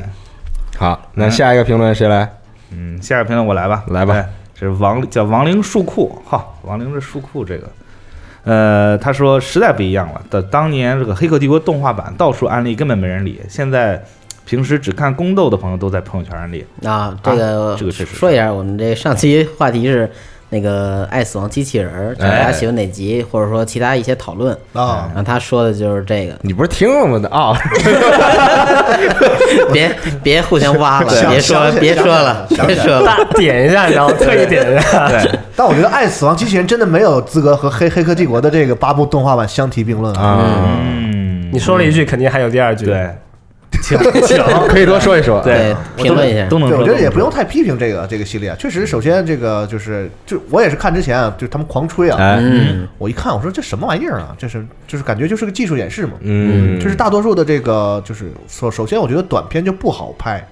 Speaker 2: 好，那下一个评论谁来？
Speaker 6: 嗯，下一个评论我来吧，
Speaker 2: 来吧，
Speaker 6: 哎，这是王叫王灵树库，哈，王灵这树库这个，呃，他说时代不一样了，的当年这个《黑客帝国》动画版到处安利，根本没人理，现在平时只看宫斗的朋友都在朋友圈安利，
Speaker 3: 啊，这个
Speaker 6: 啊这个确实是
Speaker 3: 说一下，我们这上期话题是那个爱死亡机器人儿，就是大家喜欢哪集，或者说其他一些讨论
Speaker 5: 啊
Speaker 3: 然后他说的就是这个
Speaker 2: 你不是听了吗？啊，
Speaker 3: 别别互相挖了，
Speaker 5: 想
Speaker 3: 别说
Speaker 5: 想起来
Speaker 3: 别说了，
Speaker 5: 想起
Speaker 3: 别
Speaker 5: 来
Speaker 3: 说了。
Speaker 4: 大点一下，然后特意点一下。
Speaker 6: 对，
Speaker 5: 但我觉得《爱死亡机器人》真的没有资格和《黑黑客帝国》的这个八部动画版相提并论啊。
Speaker 2: 啊，
Speaker 6: 嗯
Speaker 4: 你，说了一句，肯定还有第二句。，
Speaker 6: 对，
Speaker 2: 嗯可以多说一说，
Speaker 3: 对
Speaker 6: 我
Speaker 3: 评论一下
Speaker 2: 嗯
Speaker 6: 都能
Speaker 5: 对，
Speaker 6: 说，
Speaker 5: 我觉得也
Speaker 6: 都
Speaker 5: 不
Speaker 6: 能
Speaker 5: 用
Speaker 6: 说
Speaker 5: 太批评这个这个系列。确实，首先这个就是，就我也是看之前啊，就他们狂吹啊，
Speaker 2: 哎，
Speaker 3: 嗯，
Speaker 5: 我一看我说这什么玩意儿啊，这是就是感觉就是个技术演示嘛。
Speaker 2: 嗯，
Speaker 5: 就是大多数的这个就是首首先，我觉得短片就不好拍，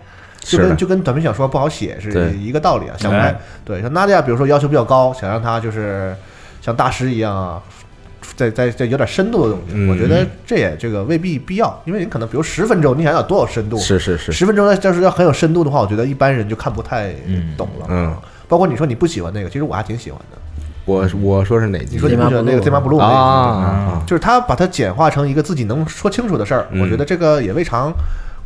Speaker 2: 是
Speaker 5: 就
Speaker 2: 的
Speaker 5: 跟就跟短篇小说不好写
Speaker 2: 对
Speaker 5: 是一个道理啊。想
Speaker 6: 哎
Speaker 5: 拍对像娜迪亚，比如说要求比较高，想让他就是像大师一样啊，再再再有点深度的东西，
Speaker 2: 嗯
Speaker 5: 我觉得这也这个未必必要，因为你可能比如十分钟，你想想多少深度？
Speaker 2: 是是是，
Speaker 5: 十分钟要就是要很有深度的话，我觉得一般人就看不太懂了。
Speaker 2: 嗯，
Speaker 5: 包括你说你不喜欢那个，其实我还挺喜欢的。
Speaker 2: 我我说是哪集？
Speaker 5: 你说你不喜欢那个《天马不露》
Speaker 2: 啊
Speaker 5: 那个，
Speaker 2: 啊，
Speaker 5: 就是他把它简化成一个自己能说清楚的事儿，
Speaker 2: 嗯
Speaker 5: 我觉得这个也未尝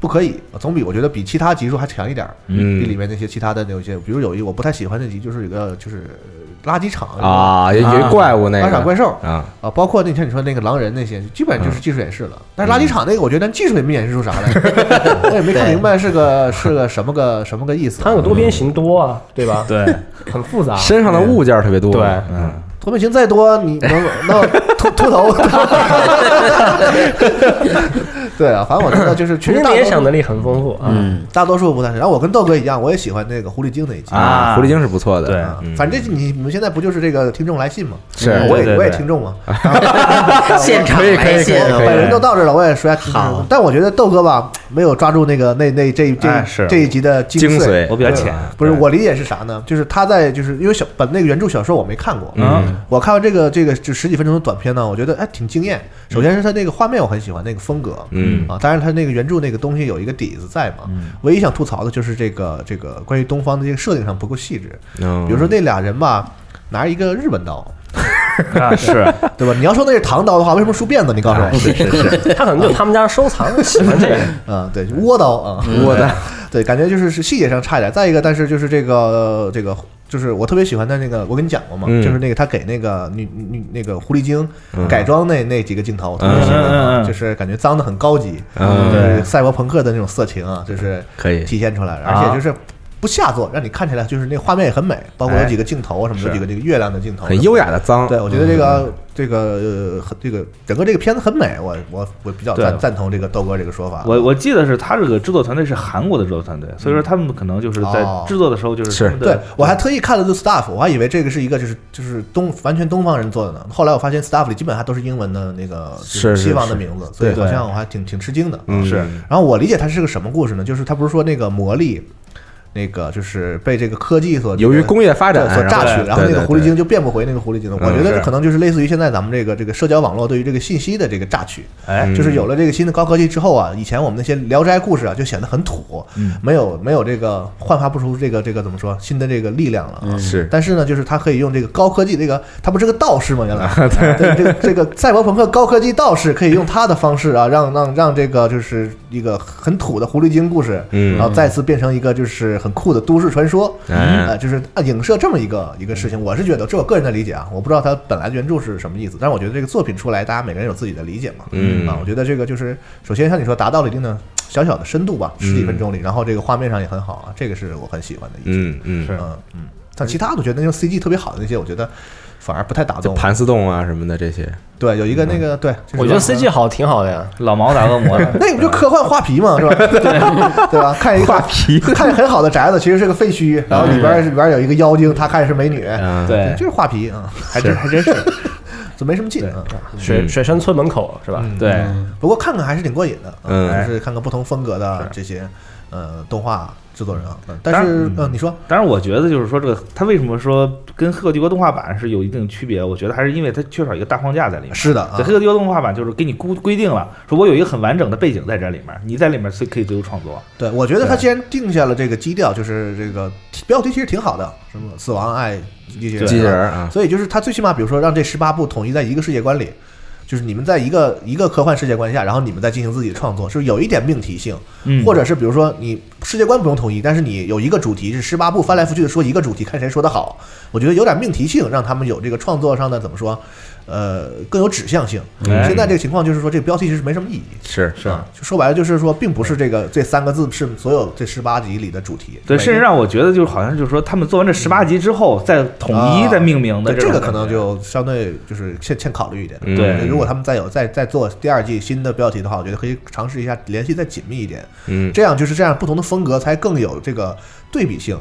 Speaker 5: 不可以，总比我觉得比其他集数还强一点儿，
Speaker 2: 嗯
Speaker 5: 比里面那些其他的那些，比如有一我不太喜欢那集，就是有一个就是垃圾场，
Speaker 2: 啊，有有一怪物那
Speaker 5: 垃圾场
Speaker 2: 个
Speaker 5: 怪兽
Speaker 2: 啊，
Speaker 5: 啊，包括那天你说那个狼人那些，基本就是技术演示了。但是垃圾场那个，我觉得技术也没演示出啥来，我也没看明白是个是个什么个什么个意思
Speaker 4: 它。那个多边形多啊，对吧？
Speaker 6: 对，
Speaker 4: 很复
Speaker 5: 啊
Speaker 4: 杂。啊
Speaker 2: 身上的物件儿特别多，
Speaker 4: 对
Speaker 2: 嗯，
Speaker 5: 脱面型再多，你能能秃秃头？ 对啊，反正我觉得就是
Speaker 4: 其
Speaker 5: 确
Speaker 4: 实
Speaker 5: 实大多
Speaker 4: 联想能力很丰富啊。
Speaker 3: 嗯，
Speaker 5: 大多数不太是。然后我跟豆哥一样，我也喜欢那个狐狸精那一集。
Speaker 2: 啊，
Speaker 6: 啊
Speaker 2: 狐狸精是不错的，
Speaker 6: 对
Speaker 2: 啊嗯
Speaker 5: 反正你你们现在不就是这个听众来信吗？
Speaker 2: 是
Speaker 5: 我
Speaker 6: 对对
Speaker 5: 也我也
Speaker 6: 对
Speaker 5: 听众啊，
Speaker 3: 现场
Speaker 2: 可以可以
Speaker 3: 来信，
Speaker 2: 可以可以
Speaker 5: 本人都到这了，我也说下听
Speaker 3: 好
Speaker 5: 众。但我觉得豆哥吧，没有抓住那个那那这
Speaker 6: 哎
Speaker 5: 这
Speaker 6: 是
Speaker 5: 这一集的精
Speaker 2: 精
Speaker 5: 髓。
Speaker 2: 髓
Speaker 6: 我比较浅，
Speaker 5: 不是
Speaker 6: 对
Speaker 5: 我理解是啥呢？就是他在就是因为小本那个原著小说我没看过，
Speaker 6: 嗯
Speaker 5: 我看完这个这个就十几分钟的短片呢，我觉得哎挺惊艳。首先是他那个画面我很喜欢那个风格，
Speaker 2: 嗯
Speaker 5: 啊，当然他那个原著那个东西有一个底子在嘛。
Speaker 6: 嗯
Speaker 5: 唯一想吐槽的就是这个这个关于东方的这个设定上不够细致，
Speaker 2: 嗯，
Speaker 5: 比如说那俩人吧，拿一个日本刀，
Speaker 6: 啊，是
Speaker 5: 对吧？你要说那是唐刀的话，为什么梳辫子？你告诉我，
Speaker 2: 是是是，
Speaker 4: 他可能就他们家收藏
Speaker 2: 嗯
Speaker 4: 喜欢这个，
Speaker 5: 啊，对，倭刀啊，
Speaker 2: 我的
Speaker 5: 对，感觉就是是细节上差一点。再一个，但是就是这个这个，就是我特别喜欢的那个，我跟你讲过嘛，
Speaker 2: 嗯
Speaker 5: 就是那个他给那个女女那个狐狸精
Speaker 2: 嗯
Speaker 5: 改装那那几个镜头，我特别喜欢
Speaker 6: 嗯嗯嗯
Speaker 5: 啊，
Speaker 6: 嗯
Speaker 5: 就是感觉脏的很高级，
Speaker 2: 嗯
Speaker 5: 就是赛博朋克的那种色情啊，就是
Speaker 2: 可以
Speaker 5: 体现出来，而且就是。不下作，让你看起来就是那画面也很美，包括有几个镜头啊什么的，有几
Speaker 6: 是
Speaker 5: 个这个月亮的镜头，
Speaker 2: 哎很嗯优雅的脏，
Speaker 5: 对，我觉得这个这个呃很这个整个这个片子很美，我我我比较赞
Speaker 6: 对
Speaker 5: 赞同这个豆哥这个说法。
Speaker 6: 我我记得是他这个制作团队是韩国的制作团队，所以说他们可能就是在
Speaker 5: 哦
Speaker 6: 制作的时候就是是他们
Speaker 5: 对
Speaker 6: 的
Speaker 5: 我还特意看了 The Staff，我还以为这个是一个就是就是东完全东方人做的呢。后来我发现 Staff 里基本还都是英文的那个就
Speaker 2: 是
Speaker 5: 是西方
Speaker 2: 是
Speaker 5: 的名字，所以
Speaker 6: 对
Speaker 5: 好像我还挺挺吃惊的。
Speaker 2: 嗯
Speaker 6: 是
Speaker 5: 然后我理解它是个什么故事呢？就是他不是说那个魔力，那个就是被这个科技所
Speaker 2: 由于
Speaker 5: 这个
Speaker 2: 工业发展
Speaker 5: 对所榨取，然后那个狐狸，
Speaker 2: 对对对
Speaker 5: 精就变不回那个狐狸精了。我觉得
Speaker 2: 是
Speaker 5: 这可能就是类似于现在咱们这个这个社交网络对于这个信息的这个榨取，
Speaker 6: 哎
Speaker 5: 就是有了这个新的高科技之后啊，以前我们那些聊斋故事啊就显得很土，
Speaker 6: 嗯
Speaker 5: 没有没有这个焕发不出这个这个怎么说新的这个力量了啊。
Speaker 2: 是
Speaker 5: 但是呢，就是他可以用这个高科技，这个他不是个道士 吗？原来啊对这个这个赛博朋克高科技道士可以用他的方式啊，让让让这个就是一个很土的狐狸精故事，
Speaker 2: 嗯
Speaker 5: 然后再次变成一个就是很酷的都市传说，
Speaker 2: 哎
Speaker 5: 呃，就是影射这么一个一个事情。我是觉得，这我个人的理解啊，我不知道他本来原著是什么意思，但是我觉得这个作品出来，大家每个人有自己的理解嘛，
Speaker 2: 嗯
Speaker 5: 啊，我觉得这个就是首先像你说达到了一定的小小的深度吧，十几分钟里，然后这个画面上也很好啊，这个是我很喜欢的一点。
Speaker 2: 嗯嗯，
Speaker 6: 是
Speaker 5: 嗯，嗯，但其他的我觉得那种 CG 特别好的那些，我觉得反而不太打
Speaker 2: 就
Speaker 5: 动。
Speaker 2: 盘丝洞啊什么的这些，
Speaker 5: 对，有一个那个对，就是，
Speaker 4: 我觉得 CG 好挺好的呀。
Speaker 6: 老毛打恶魔了
Speaker 5: 那个不就科幻画皮嘛，是吧？对吧？看一个画皮， 看着很好的宅子，其实是个废墟，然后里边里边有一个妖精，他看着是美女，
Speaker 2: 嗯，
Speaker 6: 对
Speaker 5: 就是画皮啊，
Speaker 6: 还真还真是，
Speaker 5: 就没什么劲啊。
Speaker 4: 水水山村门口是吧？
Speaker 6: 对，
Speaker 5: 嗯不过看看还是挺过瘾的，啊
Speaker 2: 嗯
Speaker 5: 就是看看不同风格的这些呃动画制作人啊。嗯但是
Speaker 6: 当然
Speaker 5: 嗯，你说
Speaker 6: 当然，我觉得就是说，这个它为什么说跟《黑客帝国》动画版是有一定区别？我觉得还是因为它缺少一个大框架在里面。
Speaker 5: 是的啊
Speaker 6: 对，《黑客帝国》动画版就是给你规规定了，说我有一个很完整的背景在这里面，你在里面是可以自由创作。
Speaker 5: 对，我觉得他
Speaker 6: 对
Speaker 5: 既然定下了这个基调，就是这个标题其实挺好的，什么死亡爱机器人，
Speaker 2: 机器人啊，
Speaker 5: 所以就是他最起码，比如说让这十八部统一在一个世界观里，就是你们在一个一个科幻世界观下，然后你们再进行自己的创作，是有一点命题性，
Speaker 6: 嗯
Speaker 5: 或者是比如说你世界观不用统一，但是你有一个主题是十八部翻来覆去的说一个主题，看谁说的好，我觉得有点命题性，让他们有这个创作上的怎么说，呃，更有指向性。
Speaker 6: 哎
Speaker 5: 现在这个情况就是说，这个标题其实没什么意义。
Speaker 2: 是
Speaker 5: 是吧？就说白了，就是说，并不是这个这三个字是所有这十八集里的主题。
Speaker 6: 对，
Speaker 5: 每
Speaker 6: 甚至让我觉得就是好像就是说，他们做完这十八集之后，再统一
Speaker 5: 啊
Speaker 6: 再命名的
Speaker 5: 对这
Speaker 6: 种
Speaker 5: 个
Speaker 6: 感
Speaker 5: 可
Speaker 6: 觉
Speaker 5: 能就相对就是欠欠考虑一点。
Speaker 2: 嗯
Speaker 6: 对
Speaker 5: 如果他们再有再再做第二季新的标题的话，我觉得可以尝试一下联系再紧密一点，
Speaker 2: 嗯，
Speaker 5: 这样就是这样不同的风格才更有这个对比性。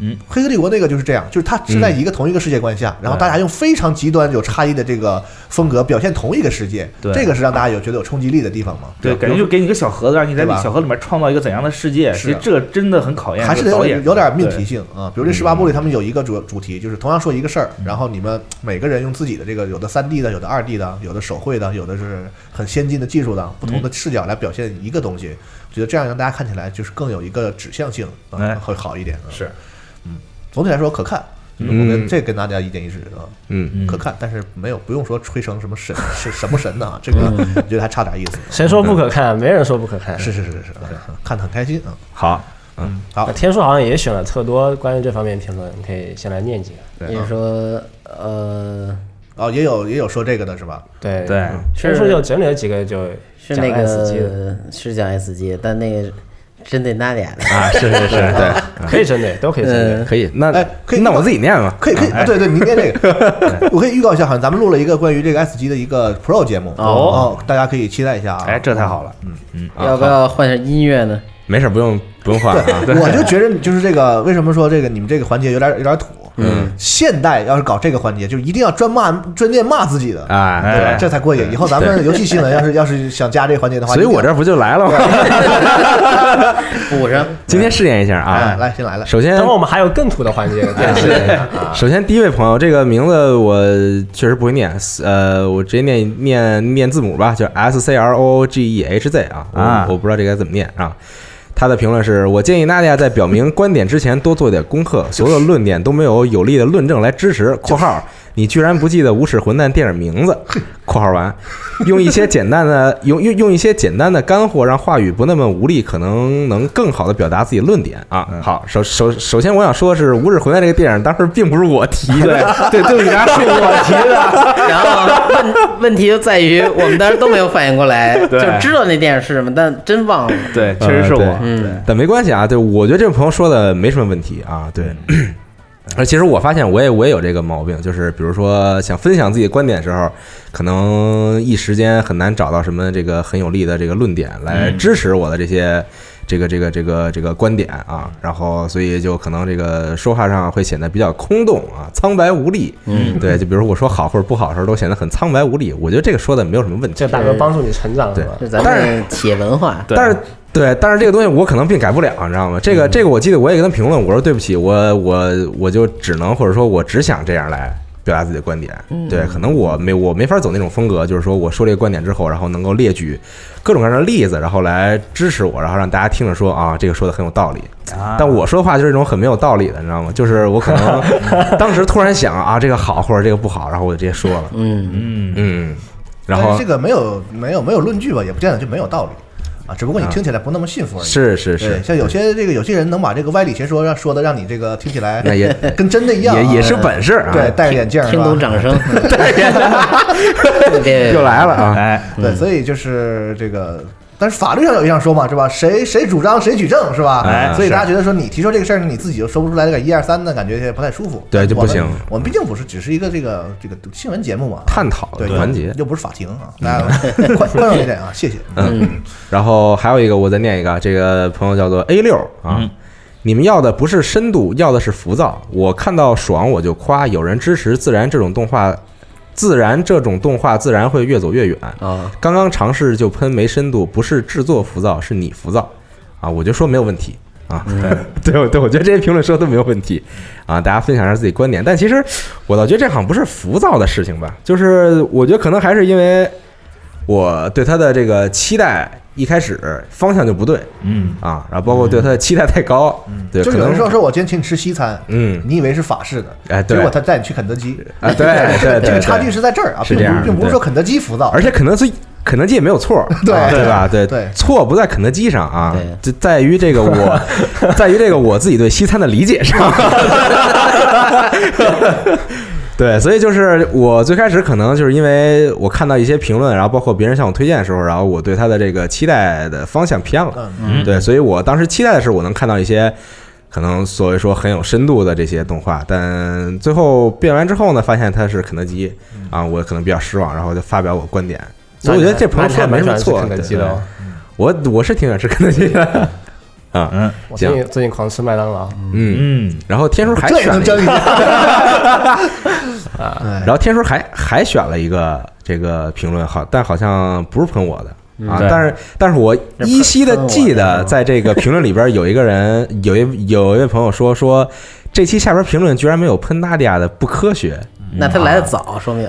Speaker 6: 嗯，
Speaker 5: 黑客帝国那个就是这样，就是它是在一个同一个世界观下，然后大家用非常极端有差异的这个风格表现同一个世界，
Speaker 6: 对
Speaker 5: 这个是让大家有觉得有冲击力的地方嘛？
Speaker 6: 对，感觉就给你个小盒子，让你在
Speaker 5: 对吧
Speaker 6: 小盒里面创造一个怎样的世界。
Speaker 5: 是
Speaker 6: 其实这个真的很考验
Speaker 5: 还是
Speaker 6: 哎
Speaker 5: 得
Speaker 6: 这个导
Speaker 5: 有
Speaker 6: 演
Speaker 5: 有点命题
Speaker 6: 对
Speaker 5: 性啊。比如这十八部里，他们有一个主主题，就是同样说一个事儿，然后你们每个人用自己的这个，有的三 D 的，有的二 D 的，有的手绘的，有的是很先进的技术的，不同
Speaker 6: 嗯
Speaker 5: 的视角来表现一个东西。觉得这样让大家看起来就是更有一个指向性
Speaker 6: 哎
Speaker 5: 啊，会好一点。啊
Speaker 6: 是，
Speaker 5: 总体来说可看。就是我
Speaker 2: 嗯
Speaker 5: 跟这跟大家一见一致啊，
Speaker 2: 嗯，
Speaker 5: 可看，但是没有不用说吹成什么神是什么神呢、啊，这个
Speaker 6: 嗯
Speaker 5: 我觉得还差点意思。
Speaker 4: 谁说不可看？没人说不可看。
Speaker 5: 是是是是是，看得很开心啊。
Speaker 2: 好，
Speaker 5: 嗯，好
Speaker 4: 啊，天叔好像也选了特多关于这方面的评论，你可以先来念几个。
Speaker 5: 对
Speaker 3: 也
Speaker 5: 啊
Speaker 3: 是说呃，
Speaker 5: 哦，也有也有说这个的是吧？
Speaker 4: 对
Speaker 6: 对，
Speaker 2: 啊
Speaker 4: 天叔就整理了几个就。
Speaker 3: 是那
Speaker 4: 讲 S 级的，
Speaker 3: 个是讲 S 级，但那个针对 Nadia 的，
Speaker 2: 啊，是是是， 对，
Speaker 4: 可以针对，都可以针对。
Speaker 2: 可以，那
Speaker 5: 哎可以
Speaker 2: 那我自己念吧，
Speaker 5: 可以可以，啊对对，明天 这个，我可以预告一下，好像咱们录了一个关于这个 S 级的一个 Pro 节目
Speaker 6: 哦
Speaker 5: 大家可以期待一下啊。
Speaker 6: 哎，这太好了。
Speaker 2: 啊
Speaker 3: 要不要换下音乐呢？
Speaker 2: 没事，不用不用换啊，
Speaker 5: 对，我就觉得你就是这个，为什么说这个你们这个环节有点有点土？嗯，现代要是搞这个环节，就一定要专骂专念骂自己的，
Speaker 2: 啊，
Speaker 5: 对吧？
Speaker 2: 对
Speaker 5: 这才过瘾。以后咱们游戏 新闻要是要是想加这个环节的话，
Speaker 2: 所以我
Speaker 5: 一定
Speaker 2: 这不就来了吗？
Speaker 3: 补上，
Speaker 2: 今天试验一下
Speaker 5: 要哎
Speaker 2: 啊，
Speaker 5: 来先来了，
Speaker 2: 首先
Speaker 4: 等会儿我们还有更土的环节，
Speaker 2: 嗯
Speaker 4: 对，
Speaker 2: 首先，第一位朋友，这个名字我确实不会念，呃，我直接念念念字母吧，就是 S C R O O G E H Z 啊，我
Speaker 6: 啊
Speaker 2: 我不知道这该怎么念啊。他的评论是：我建议娜迪亚在表明观点之前多做点功课，所有论点都没有有力的论证来支持。（括号你居然不记得《无耻混蛋》电影名字（ 括号完），用一些简单的用用用一些简单的干货，让话语不那么无力，可能能更好的表达自己论点啊。好，首首首先我想说的是，《无耻混蛋》这个电影当时并不是我提的，
Speaker 6: 对对，对不起啊，是我提的。
Speaker 3: 然后问问题就在于我们当时都没有反应 过来，就
Speaker 6: 对
Speaker 3: 知道那电影是什么，但真忘了。
Speaker 6: 对，确实是
Speaker 2: 呃对
Speaker 6: 我。
Speaker 3: 嗯，
Speaker 2: 但没关系啊，对，我觉得这位朋友说的没什么问题啊，对。 而其实我发现我也我也有这个毛病，就是比如说想分享自己的观点的时候，可能一时间很难找到什么这个很有力的这个论点来支持我的这些这个这个这个这个观点啊，然后所以就可能这个说话上会显得比较空洞啊，苍白无力。嗯，对，就比如我说好或者不好的时候，都显得很苍白无力。我觉得这个说的没有什么问题
Speaker 4: 这。大哥帮助你成长是
Speaker 2: 对
Speaker 4: 吧？
Speaker 3: 就咱
Speaker 2: 但
Speaker 3: 们企业文化，
Speaker 6: 对
Speaker 2: 但是对，但是这个东西我可能并改不了，你知道吗？这个这个，我记得我也跟他评论，我说对不起，我我我就只能或者说我只想这样来表达自己的观点。对，可能我没我没法走那种风格，就是说我说这个观点之后，然后能够列举各种各样的例子，然后来支持我，然后让大家听着说啊，这个说的很有道理。但我说话就是一种很没有道理的，你知道吗？就是我可能当时突然想啊，这个好或者这个不好，然后我就直接说了。
Speaker 3: 嗯，
Speaker 6: 嗯，
Speaker 2: 嗯，然
Speaker 5: 但
Speaker 2: 后
Speaker 5: 是这个没有没有没有论据吧，也不见得就没有道理啊，只不过你听起来不那么信服而已。
Speaker 2: 是是
Speaker 5: 对，
Speaker 2: 是，
Speaker 5: 像有些这个有些人能把这个歪理邪说让说的让你这个听起来
Speaker 2: 那也
Speaker 5: 跟真的一样啊，
Speaker 2: 也也是本事啊。
Speaker 5: 对，戴着眼镜儿
Speaker 3: 嗯
Speaker 5: 是
Speaker 3: 听
Speaker 5: 吧
Speaker 3: 懂掌 声，对
Speaker 2: 又来了啊！
Speaker 6: 哎，
Speaker 3: 嗯
Speaker 5: 对，所以就是这个，但是法律上有一项说嘛，是吧？谁谁主张谁举证，是吧？
Speaker 2: 哎
Speaker 5: 所以
Speaker 2: 是
Speaker 5: 大家觉得说你提出这个事儿，你自己就说不出来这个一二三的感觉，不太舒服。
Speaker 2: 对就不
Speaker 5: 我们
Speaker 2: 行
Speaker 5: 我们毕竟不是只是一个这个这个新闻节目嘛，
Speaker 2: 探讨的
Speaker 5: 对
Speaker 2: 环节。
Speaker 5: 又不是法庭啊，大家 宽宽容一点啊， 谢谢。
Speaker 2: 嗯，然后还有一个，我再念一个啊，这个朋友叫做 A 六啊。
Speaker 6: 嗯
Speaker 2: 你们要的不是深度，要的是浮躁。我看到爽我就夸，有人支持，自然这种动画，自然这种动画自然会越走越远。
Speaker 3: 啊，
Speaker 2: 刚刚尝试就喷没深度，不是制作浮躁，是你浮躁啊！我就说没有问题啊，
Speaker 5: 嗯
Speaker 2: 对我对，我觉得这些评论说的都没有问题啊，大家分享一下自己观点。但其实我倒觉得这好像不是浮躁的事情吧，就是我觉得可能还是因为我对他的这个期待一开始方向就不对
Speaker 6: 嗯，
Speaker 2: 啊，然后包括对他的期待太高，对，
Speaker 5: 嗯就
Speaker 2: 可
Speaker 5: 有人说
Speaker 2: 能
Speaker 5: 说我今天请你吃西餐，
Speaker 2: 嗯
Speaker 5: 你以为是法式的，
Speaker 2: 哎对
Speaker 5: 结果他带你去肯德基
Speaker 2: 啊 对对对
Speaker 5: 这个差距
Speaker 2: 对
Speaker 5: 是在这儿啊，
Speaker 2: 是
Speaker 5: 并
Speaker 2: 这样
Speaker 5: 不并不
Speaker 2: 对
Speaker 5: 是说肯德基浮躁，
Speaker 2: 而且肯德基肯德基也没有错，
Speaker 5: 对
Speaker 2: 啊对吧？对
Speaker 5: 对
Speaker 2: 错不在肯德基上啊
Speaker 3: 对，
Speaker 2: 就在于这个我，在于这个我自己对西餐的理解上。 对，所以就是我最开始可能就是因为我看到一些评论，然后包括别人向我推荐的时候，然后我对他的这个期待的方向偏了。
Speaker 5: 嗯。
Speaker 6: 嗯
Speaker 2: 对，所以我当时期待的是我能看到一些可能所谓说很有深度的这些动画，但最后变完之后呢，发现它是肯德基
Speaker 4: 嗯
Speaker 2: 啊，我可能比较失望，然后就发表我观点。所以我觉得这朋友说的没什么错，
Speaker 4: 肯德基的
Speaker 2: 对
Speaker 4: 哦。
Speaker 2: 我我是挺想吃肯德基的 啊，
Speaker 6: 嗯
Speaker 4: 我最近最近狂吃麦当劳，
Speaker 2: 嗯。
Speaker 6: 嗯，
Speaker 2: 然后天叔还
Speaker 5: 这也
Speaker 2: 选了
Speaker 5: 能
Speaker 2: 一
Speaker 5: 争
Speaker 2: 个，啊
Speaker 5: 一 下哎
Speaker 2: 然后天叔还还选了一个这个评论，好，但好像不是喷我的。啊，
Speaker 6: 对
Speaker 2: 但是但是我依稀的记得，在这个评论里边有一个人，有一有一位朋友说说，这期下边评论居然没有喷娜迪亚的不科学，
Speaker 3: 那他来的 早，说明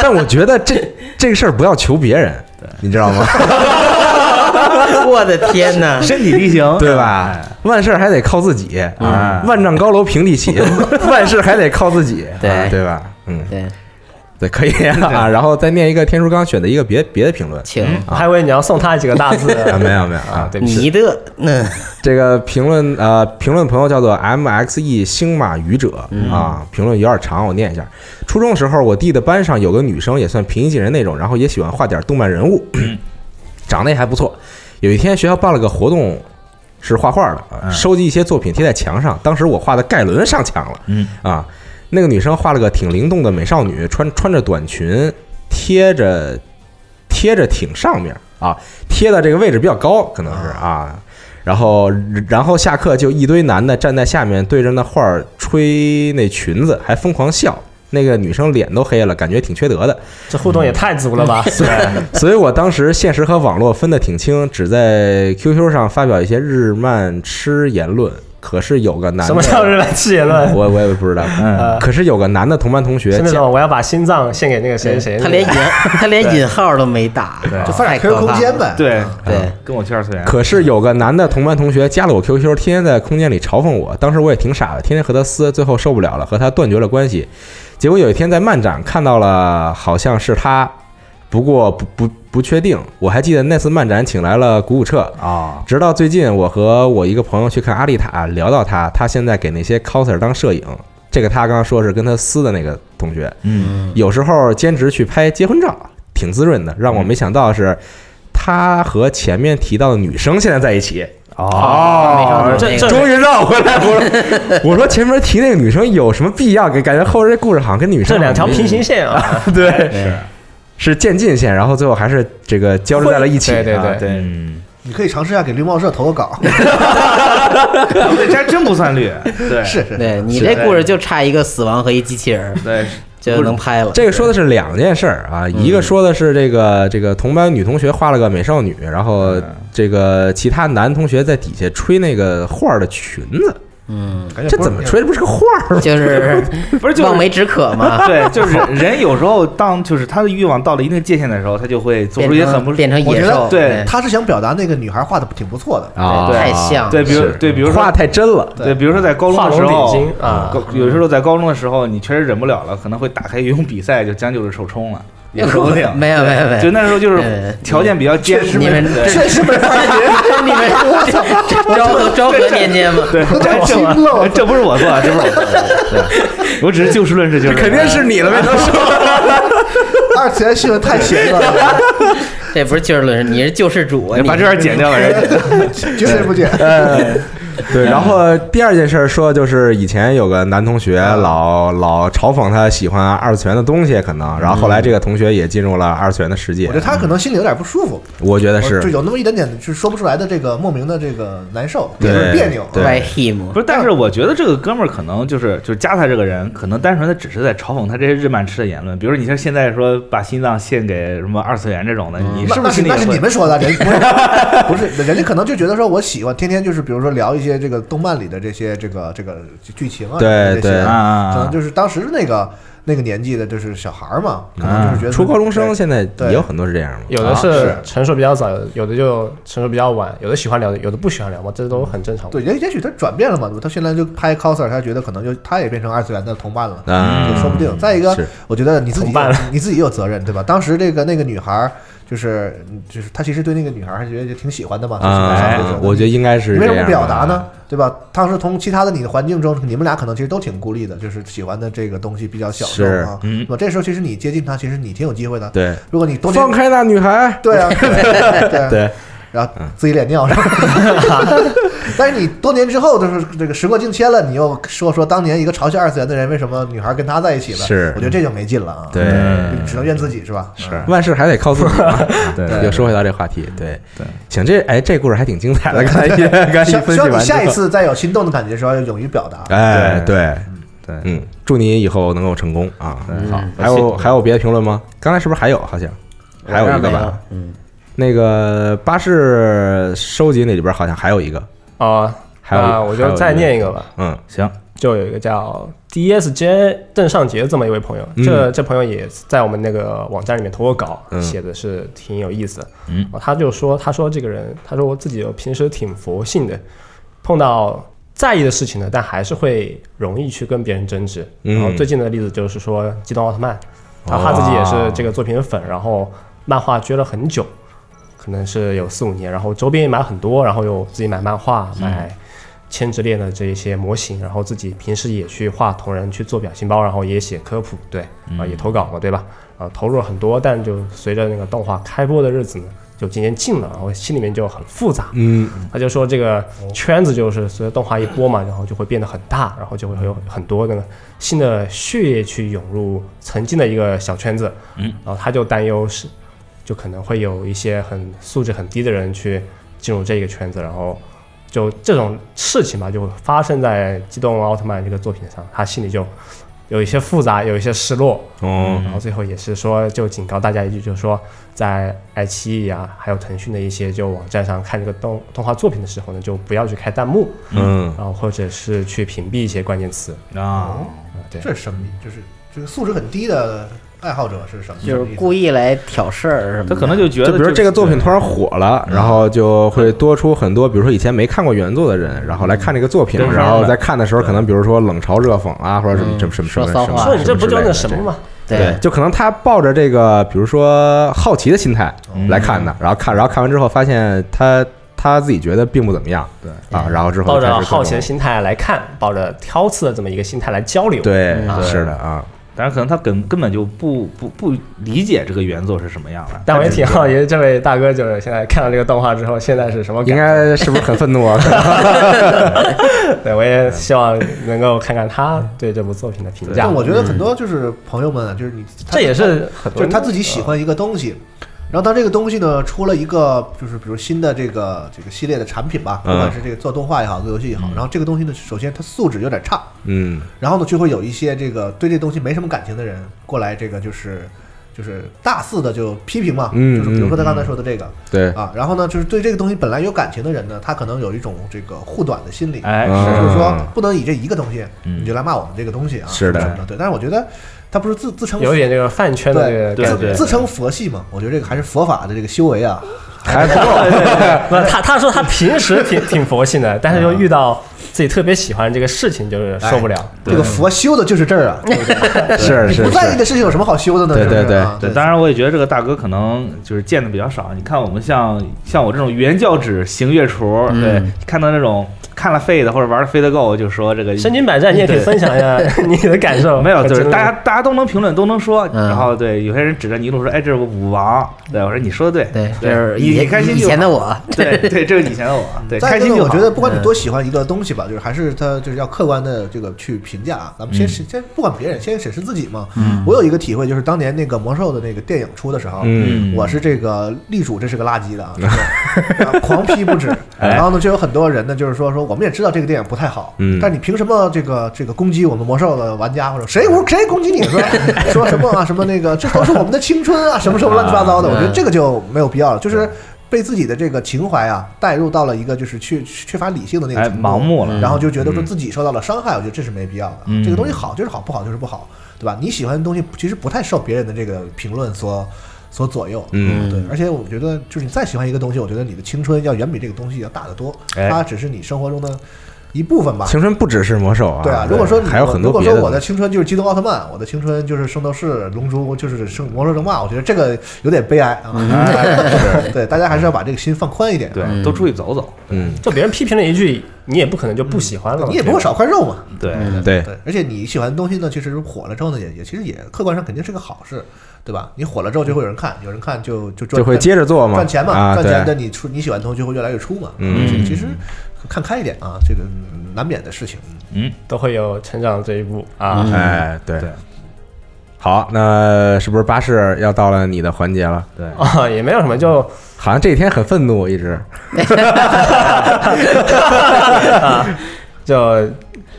Speaker 2: 但我觉得这这个事儿不要求别人，你知道吗？
Speaker 3: 我的天哪！
Speaker 6: 身体力 行，
Speaker 2: 对吧？万事还得靠自己啊，万丈高楼平地起，万事还得靠自己，
Speaker 3: 对
Speaker 2: 啊对吧？嗯，
Speaker 3: 对，
Speaker 2: 对，可以啊。然后再念一个天叔刚选的一个别别的评论
Speaker 3: 请
Speaker 4: 还以为你要送他几个大字
Speaker 2: 啊，没有没有
Speaker 4: 啊
Speaker 2: 啊，，
Speaker 4: 对不起，
Speaker 3: 你的嗯那
Speaker 2: 这个评论呃，评论朋友叫做 M X E 星马愚者
Speaker 6: 嗯
Speaker 2: 啊，评论有点长，我念一下。初中的时候，我弟的班上有个女生，也算平易近人那种，然后也喜欢画点动漫人物，
Speaker 6: 嗯
Speaker 2: 长得也还不错。有一天学校办了个活动，是画画的，啊
Speaker 6: 嗯
Speaker 2: 收集一些作品贴在墙上。当时我画的盖伦上墙了，
Speaker 6: 嗯
Speaker 2: 啊，那个女生画了个挺灵动的美少女，穿穿着短裙，贴着贴着挺上面啊，贴的这个位置比较高，可能是啊。然后，然后下课就一堆男的站在下面，对着那画儿吹那裙子，还疯狂笑。那个女生脸都黑了，感觉挺缺 德的。
Speaker 4: 这互动也太足 了吧？对，
Speaker 2: 所以我当时现实和网络分得挺清，只在 QQ 上发表一些日漫痴言论。可是有个男
Speaker 4: 什么
Speaker 2: 的，
Speaker 4: 叫日本吃言论？呃
Speaker 2: 我我也不知道。
Speaker 6: 嗯，
Speaker 2: 可是有个男的同班同学
Speaker 4: 是那
Speaker 2: 见
Speaker 4: 种我要把心脏献给那个谁谁谁，
Speaker 3: 他 连引他连引号都没打，
Speaker 2: 啊
Speaker 6: 对
Speaker 5: 就发展
Speaker 3: 太
Speaker 5: QQ
Speaker 3: 可
Speaker 5: 空
Speaker 3: 怕
Speaker 5: 间
Speaker 3: 了。
Speaker 5: 呗。
Speaker 6: 对
Speaker 3: 对，
Speaker 6: 跟我去二次元，
Speaker 2: 可是有个男的同班同学加了我 QQ，天天在空间里嘲讽我，当时我也挺傻的，天天和他撕，最后受不了了，和他断绝了关系。结果有一天在漫展看到了，好像是他，不过不不不确定。我还记得那次漫展请来了鼓舞彻，
Speaker 6: 啊，
Speaker 2: 直到最近，我和我一个朋友去看阿丽塔，聊到他，他现在给那些 coser 当摄影。这个他刚刚说是跟他撕的那个同学，
Speaker 6: 嗯，
Speaker 2: 有时候兼职去拍结婚照，挺滋润的。让我没想到是，他和前面提到的女生现在在一起，
Speaker 4: 哦这这
Speaker 2: 终于绕回来。我说， 我说前面提那个女生有什么必要？感感觉后边这故事好像跟女生
Speaker 4: 这两条
Speaker 2: 好像
Speaker 4: 平行线啊，
Speaker 2: 对
Speaker 3: 对，
Speaker 2: 是渐进线，然后最后还是这个交织在了一起。
Speaker 4: 对对
Speaker 2: 啊
Speaker 4: 对
Speaker 2: 对，
Speaker 6: 嗯，
Speaker 5: 你可以尝试一下给绿帽社投个稿，
Speaker 6: 哦这还真不算绿， 对，
Speaker 5: 是嗯是，
Speaker 3: 对你这故事就差一个死亡和一机器人儿
Speaker 6: 对，
Speaker 3: 就能拍了。
Speaker 2: 这个说的是两件事儿啊，一个说的是这个这个同班女同学画了个美少女，然后
Speaker 6: 嗯
Speaker 2: 这个其他男同学在底下吹那个画儿的裙子，
Speaker 3: 嗯，
Speaker 5: 感觉
Speaker 2: 这
Speaker 5: 不是
Speaker 2: 怎么吹？这不是个画儿吗？
Speaker 3: 就是
Speaker 6: 不是就
Speaker 3: 望
Speaker 6: 是
Speaker 3: 梅止渴 嘛，
Speaker 6: 对，就是 人人有时候当就是他的欲望到了一定界限的时候，他就会做
Speaker 3: 变
Speaker 6: 出一些很不
Speaker 3: 成变成
Speaker 5: 我
Speaker 3: 野
Speaker 5: 觉得
Speaker 3: 兽，
Speaker 6: 对
Speaker 5: 他是想表达那个女孩画的挺不错的，
Speaker 2: 啊
Speaker 6: 对
Speaker 3: 太像了
Speaker 6: 对，比如
Speaker 2: 是
Speaker 6: 对，比如
Speaker 2: 画
Speaker 6: 说
Speaker 2: 得太真了，
Speaker 6: 对，比如说在高中
Speaker 4: 画
Speaker 6: 的时
Speaker 4: 龙点
Speaker 6: 候
Speaker 4: 睛。啊，
Speaker 6: 高有时候在高中的时候，你确实忍不了了，可能会打开游泳比赛，就将就着手冲了，也说不定。
Speaker 3: 没有没有没有
Speaker 6: 就， 那时候就是
Speaker 3: 对
Speaker 6: 条件比较艰
Speaker 3: 你们
Speaker 6: 对
Speaker 3: 确实没法 你们昭和昭和年间嘛，
Speaker 6: 对， 这这这不是我做，的，这不是我做的，对，我只是就事论事，就是
Speaker 2: 肯定是你了呗，都 说
Speaker 5: 二次元新闻太邪 恶了，
Speaker 3: 这不是就事论事，你是救世主啊！你
Speaker 6: 哎把这段剪 掉了，人
Speaker 5: 绝对不解。
Speaker 2: 哎对。然后第二件事儿说的就是以前有个男同学老老嘲讽他喜欢二次元的东西，可能，然后后来这个同学也进入了二次元的世界
Speaker 5: 我觉得，他可能心里有点不舒服，
Speaker 2: 我觉得。
Speaker 5: 我就是有那么一点点就是说不出来的这个莫名的这个难受，也
Speaker 2: 对
Speaker 5: 是别扭。
Speaker 2: 对
Speaker 3: by him，
Speaker 6: 不是，但是我觉得这个哥们儿可能就是就是加他这个人，可能单纯的只是在嘲讽他这些日漫痴的言论，比如说你像现在说把心脏献给什么二次元这种的，你
Speaker 5: 那
Speaker 6: 是不
Speaker 5: 嗯那
Speaker 6: 是心里
Speaker 5: 那
Speaker 6: 也
Speaker 5: 是你
Speaker 6: 会？
Speaker 5: 们说的，人不是不是人家可能就觉得说我喜欢天天就是比如说聊一些这个动漫里的这些这个这个剧情啊，
Speaker 2: 对
Speaker 5: 这些
Speaker 2: 对
Speaker 6: 啊啊啊
Speaker 5: 可能就是当时那个那个年纪的就是小孩儿嘛，可能就是觉得
Speaker 2: 嗯初高中生
Speaker 5: 对
Speaker 2: 现在
Speaker 5: 对
Speaker 2: 也有很多是这样嘛，
Speaker 4: 有的
Speaker 5: 啊
Speaker 4: 是
Speaker 5: 是
Speaker 4: 成熟比较早，有的就成熟比较晚，有的喜欢聊，有的不喜欢聊嘛，这都很正常。
Speaker 5: 对，也也许他转变了嘛，他现在就拍 coser，他觉得可能就他也变成二次元的同伴了，
Speaker 2: 啊
Speaker 5: 也说不定。再一个
Speaker 2: 是，
Speaker 5: 我觉得你自己
Speaker 4: 同伴
Speaker 5: 有
Speaker 4: 了
Speaker 5: 你自己有责任，对吧？当时这个那个女孩儿，就是就是他其实对那个女孩儿还觉得就挺喜欢的嘛，就喜欢上
Speaker 2: 啊
Speaker 5: 这种，
Speaker 2: 我觉得应该是
Speaker 5: 你为什
Speaker 2: 这
Speaker 5: 么
Speaker 2: 样啊
Speaker 5: 不表达呢
Speaker 2: 吧？？
Speaker 5: 对吧？当时从其他的你的环境中，你们俩可能其实都挺孤立的，就是喜欢的这个东西比较小众
Speaker 2: 是
Speaker 5: 啊。
Speaker 6: 嗯
Speaker 5: 那么这时候其实你接近他，其实你挺有机会的。
Speaker 2: 对，
Speaker 5: 如果你多
Speaker 2: 放
Speaker 5: 年
Speaker 2: 开那女孩，
Speaker 5: 对啊，对
Speaker 2: 对，嗯
Speaker 5: 然后自己脸尿上。 但是你多年之后，就是这个时过境迁了，你又说说当年一个嘲笑二次元的人，为什么女孩跟他在一起了？
Speaker 2: 是
Speaker 5: 我觉得这就没劲了啊。
Speaker 2: 对
Speaker 5: 嗯只能怨自己是吧？
Speaker 6: 是
Speaker 2: 万事还得靠自己嘛。
Speaker 6: 对
Speaker 2: 又说回到这话题，对
Speaker 6: 对，
Speaker 2: 行，这哎这故事还挺精彩的，刚才一 刚才
Speaker 5: 希
Speaker 2: 一
Speaker 5: 望
Speaker 2: 分析
Speaker 5: 希望你
Speaker 2: 完
Speaker 5: 下一
Speaker 2: 之后，
Speaker 5: 次再有心动的感觉的时候，要勇于表达。
Speaker 2: 哎
Speaker 6: 对
Speaker 2: 对，
Speaker 6: 对，
Speaker 2: 嗯，祝你以后能够成功啊！
Speaker 6: 对好，
Speaker 2: 还有还有别的评论吗？刚才是不是还有？好像还有一个
Speaker 3: 没
Speaker 2: 吧
Speaker 3: 了。，嗯，
Speaker 2: 那个巴士收集那里边好像还有一个，
Speaker 4: 啊，
Speaker 2: 还有
Speaker 4: 那我就再念一个吧。
Speaker 2: 嗯
Speaker 6: 行，
Speaker 4: 就有一个叫 DSJ 邓尚杰这么一位朋友，
Speaker 2: 嗯
Speaker 4: 这这朋友也在我们那个网站里面投过稿，
Speaker 2: 嗯
Speaker 4: 写的是挺有意思的。
Speaker 6: 嗯
Speaker 4: 啊，他就说，他说这个人，他说我自己平时挺佛性的，碰到在意的事情呢，但还是会容易去跟别人争执。
Speaker 2: 嗯
Speaker 4: 然后最近的例子就是说《机动奥特曼》，然后他自己也是这个作品粉，然后漫画追了很久，可能是有四五年，然后周边也买了很多，然后有自己买漫画、买千纸链的这一些模型，然后自己平时也去画同人，去做表情包，然后也写科普，对，啊、也投稿嘛，对吧？啊、投入了很多，但就随着那个动画开播的日子呢，就渐渐近了，然后心里面就很复杂，
Speaker 2: 嗯，
Speaker 4: 他就说这个圈子就是随着动画一播嘛，然后就会变得很大，然后就会有很多那个新的血液去涌入曾经的一个小圈子，
Speaker 6: 嗯，
Speaker 4: 然后他就担忧是，就可能会有一些很素质很低的人去进入这个圈子，然后就这种事情吧，就发生在《机动奥特曼》这个作品上，他心里就有一些复杂，有一些失落，
Speaker 2: 哦，
Speaker 4: 然后最后也是说，就警告大家一句，就是说在爱奇艺啊，还有腾讯的一些就网站上看这个动动画作品的时候呢，就不要去开弹幕，
Speaker 2: 嗯，
Speaker 4: 然后或者是去屏蔽一些关键词。
Speaker 5: 哦
Speaker 6: 啊，
Speaker 4: 啊对，
Speaker 5: 这是什么？就是就是素质很低的爱好者是什么？
Speaker 3: 就是故
Speaker 5: 意
Speaker 3: 意来挑事儿什么的。
Speaker 6: 他可能就觉得
Speaker 2: 就比如这个作品突
Speaker 6: 是
Speaker 2: 然火了，
Speaker 4: 嗯
Speaker 2: 然后就会多出很多，比如说以前没看过原作的人，然后来看这个作品
Speaker 6: 跟，风
Speaker 2: 然后
Speaker 6: 了
Speaker 2: 在看的时候，可能比如说冷嘲热讽啊，或者
Speaker 5: 嗯
Speaker 2: 什么什么什么什么
Speaker 3: 说骚
Speaker 2: 什么
Speaker 3: 话
Speaker 2: 什
Speaker 4: 说
Speaker 2: 么
Speaker 4: 你这不
Speaker 2: 之
Speaker 4: 就
Speaker 2: 类
Speaker 4: 那
Speaker 2: 的
Speaker 4: 什么
Speaker 2: 这
Speaker 4: 吗？
Speaker 2: 对
Speaker 3: 对，，
Speaker 2: 就可能他抱着这个，比如说好奇的心态
Speaker 6: 嗯
Speaker 2: 来看的，然后看，然后看完之后发现他他自己觉得并不怎么样，对啊，然后之后
Speaker 4: 抱
Speaker 2: 就
Speaker 4: 着
Speaker 2: 开始各
Speaker 4: 好奇的
Speaker 2: 种
Speaker 4: 心态来看，抱着挑刺的这么一个心态来交流。，
Speaker 2: 对
Speaker 3: 嗯，啊
Speaker 2: 是的啊，
Speaker 6: 但是可能他根根本就不不不理解这个原作是什么样的。
Speaker 4: 但我也
Speaker 6: 他只
Speaker 4: 挺
Speaker 6: 是
Speaker 4: 好奇，这位大哥就是现在看了这个动画之后，现在是什么
Speaker 2: 应
Speaker 4: 感？
Speaker 2: 该是不是很愤怒啊？
Speaker 4: 对，我也希望能够看看他对这部作品的评价。
Speaker 5: 但我觉得很多就是朋友们啊，就是你，他
Speaker 4: 这也是很
Speaker 5: 就
Speaker 4: 多
Speaker 5: 是他自己喜欢一个东西，然后当这个东西呢出了一个就是比如新的这个这个系列的产品吧，不
Speaker 2: 嗯
Speaker 5: 管是这个做动画也好，做游戏也好，然后这个东西呢，首先它素质有点差，
Speaker 2: 嗯，
Speaker 5: 然后呢就会有一些这个对这东西没什么感情的人过来，这个就是就是大肆的就批评嘛，
Speaker 2: 嗯
Speaker 5: 就是比如说他刚才说的这个
Speaker 2: 对，
Speaker 5: 啊，然后呢就是对这个东西本来有感情的人呢，他可能有一种这个护短的心理，
Speaker 6: 哎
Speaker 2: 嗯
Speaker 5: 就是
Speaker 6: 是
Speaker 5: 说不能以这一个东西
Speaker 6: 嗯
Speaker 5: 你就来骂我们这个东西啊，
Speaker 2: 是的
Speaker 5: 什么对。但是我觉得他不是自自称
Speaker 4: 有一点这个饭圈的这个
Speaker 6: 对
Speaker 4: 感
Speaker 5: 自
Speaker 4: 觉。
Speaker 5: 自称佛系嘛，我觉得这个还是佛法的这个修为啊，
Speaker 2: 还不够，
Speaker 4: 不， 他他说他平时挺挺佛系的，但是又遇到自己特别喜欢这个事情，就是受不了。
Speaker 5: 这个佛修的就是这儿啊，
Speaker 2: 是
Speaker 5: 你
Speaker 2: 是
Speaker 5: 不在意
Speaker 2: 是，
Speaker 5: 的事情有什么好修的呢？
Speaker 2: 对
Speaker 5: 是不是
Speaker 2: 对
Speaker 5: 啊
Speaker 6: 对，
Speaker 5: 对，
Speaker 6: 当然我也觉得这个大哥可能就是见的比较少。你看我们像像我这种原教旨型月厨，
Speaker 3: 嗯
Speaker 6: 对，看到那种看了废的或者玩了废的够，就说
Speaker 5: 哎
Speaker 6: 这个
Speaker 4: 身经百战，你也可以分享一下 你的感受。
Speaker 6: 没有，
Speaker 4: 和
Speaker 6: 就是
Speaker 4: 经历
Speaker 6: 大家大家都能评论，都能说。
Speaker 3: 嗯
Speaker 6: 然后对，有些人指着尼禄说：“哎，这是武王。”对，我说：“你说的对，
Speaker 3: 对，这是
Speaker 6: 你
Speaker 3: 以
Speaker 6: 你开心
Speaker 3: 以
Speaker 6: 就
Speaker 3: 前的
Speaker 6: 好。
Speaker 3: 我，
Speaker 6: 对对，这是以前的我，对，
Speaker 5: 再
Speaker 6: 开
Speaker 5: 一个
Speaker 6: 心
Speaker 5: 呢
Speaker 6: 就
Speaker 5: 我
Speaker 6: 好
Speaker 5: 觉得不管你
Speaker 3: 嗯
Speaker 5: 多喜欢一个东西吧，就是还是他就是要客观的这个去评价啊。咱
Speaker 6: 嗯
Speaker 5: 们先审先不管别人，先审视自己嘛。我有一个体会，就是当年那个魔兽的那个电影出的时候，
Speaker 2: 嗯
Speaker 6: 嗯
Speaker 5: 我是这个力主这是个垃圾的 啊，就是啊狂批不止。
Speaker 6: 哎
Speaker 5: 然后呢，就有很多人呢，就是说说我们也知道这个电影不太好，
Speaker 2: 嗯
Speaker 5: 但你凭什么这个这个攻击我们魔兽的玩家或者谁无谁攻击你说 说什么啊什么那个这都是我们的青春啊什么什么乱七八
Speaker 6: 嗯
Speaker 5: 糟的，我觉得这个就没有必要了，就是。被自己的这个情怀啊带入到了一个就是缺缺乏理性的那个
Speaker 6: 哎
Speaker 5: 程度
Speaker 6: 盲目了。
Speaker 5: 然后就觉得说
Speaker 2: 嗯
Speaker 5: 自己受到了伤害，我觉得这是没必要的。
Speaker 6: 嗯
Speaker 5: 这个东西好就是好，不好就是不好，对吧？你喜欢的东西其实不太受别人的这个评论所所左右，
Speaker 2: 嗯
Speaker 5: 对。而且我觉得，就是你再喜欢一个东西，我觉得你的青春要远比这个东西要大得多，
Speaker 6: 哎
Speaker 5: 它只是你生活中的一部分吧。
Speaker 2: 青春不只是魔兽啊，
Speaker 5: 对啊，如果说你
Speaker 2: 还有很
Speaker 5: 如
Speaker 2: 多
Speaker 5: 果
Speaker 2: 别
Speaker 5: 说
Speaker 2: 的
Speaker 5: 我
Speaker 2: 东
Speaker 5: 的
Speaker 2: 西，
Speaker 5: 青春就是机动奥特曼，我的青春就是圣斗士、龙珠，就是圣魔兽争霸，我觉得这个有点悲哀啊。
Speaker 2: 嗯
Speaker 5: 对，大家还是要把这个心放宽一点。啊
Speaker 6: 对，
Speaker 3: 嗯
Speaker 6: 都出去走走。
Speaker 2: 嗯，
Speaker 4: 就别人批评了一句，你也不可能就不喜欢了嘛。
Speaker 5: 你也不会少块肉嘛。
Speaker 3: 嗯
Speaker 6: 对，
Speaker 2: 对，
Speaker 5: 对，而且你喜欢的东西呢，其实火了之后呢，也也其实也客观上肯定是个好事，对吧？你火了之后就会有人看，有人看就就赚
Speaker 2: 就会接着做嘛，
Speaker 5: 赚钱嘛，
Speaker 2: 啊，
Speaker 5: 赚钱的
Speaker 2: 对，
Speaker 5: 你出你喜欢的东西就会越来越出嘛。
Speaker 2: 嗯
Speaker 5: 这个其实看开一点啊，这个嗯难免的事情。
Speaker 4: 都会有成长这一步啊。
Speaker 2: 哎，对
Speaker 6: 对。
Speaker 2: 好，那是不是巴士要到了你的环节了？
Speaker 6: 对，
Speaker 4: 啊，也没有什么，就
Speaker 2: 好像这一天很愤怒，一直
Speaker 4: 就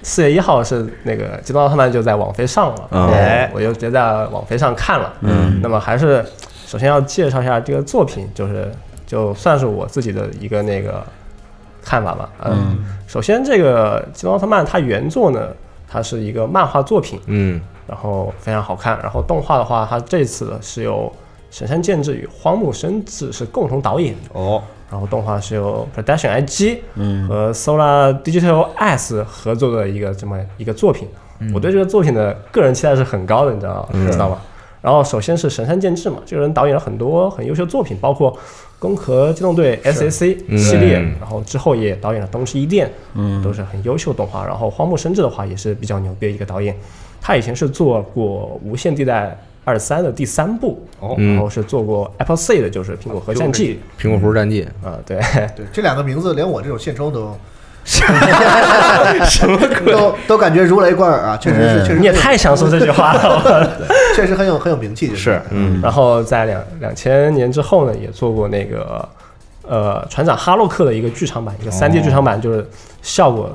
Speaker 4: 四月一号是那个《机动奥特曼》就在网飞上了，
Speaker 2: 哦
Speaker 4: 哎，我就直接在网飞上看了。嗯，那么还是首先要介绍一下这个作品，就是就算是我自己的一个那个看法吧。嗯，首先这个《机动奥特曼》它原作呢，它是一个漫画作品，
Speaker 2: 嗯
Speaker 4: 然后非常好看。然后动画的话，它这次是由神山健治与荒木伸志是共同导演的。
Speaker 6: 哦，
Speaker 4: 然后动画是由 Production IG 和 Solar Digital S 合作的一个这么一个作品。我对这个作品的个人期待是很高的，你知道知道吗？然后首先是神山健治嘛，这个人导演了很多很优秀作品，包括《攻壳机动队 S.A.C.》系列，
Speaker 2: 嗯
Speaker 4: 然后之后也导演了《东芝一店》，嗯，都是很优秀动画。然后荒木伸志的话也是比较牛逼的一个导演，他以前是做过《无限地带二三》的第三部，
Speaker 6: 哦
Speaker 4: 然后是做过 Apple C 的，就是《苹果核战记》
Speaker 2: 苹果服务战绩，
Speaker 4: 啊，对，
Speaker 5: 对，这两个名字连我这种现充都什么鬼，都都感觉如雷贯耳啊！确实是，确实
Speaker 4: 哎你也
Speaker 5: 很有
Speaker 4: 太想说这句话 了。
Speaker 5: 确实很有很有名气，就是
Speaker 4: 嗯，然后在两两千年之后呢，也做过那个呃船长哈洛克的一个剧场版，一个三 D 剧场版，就是效果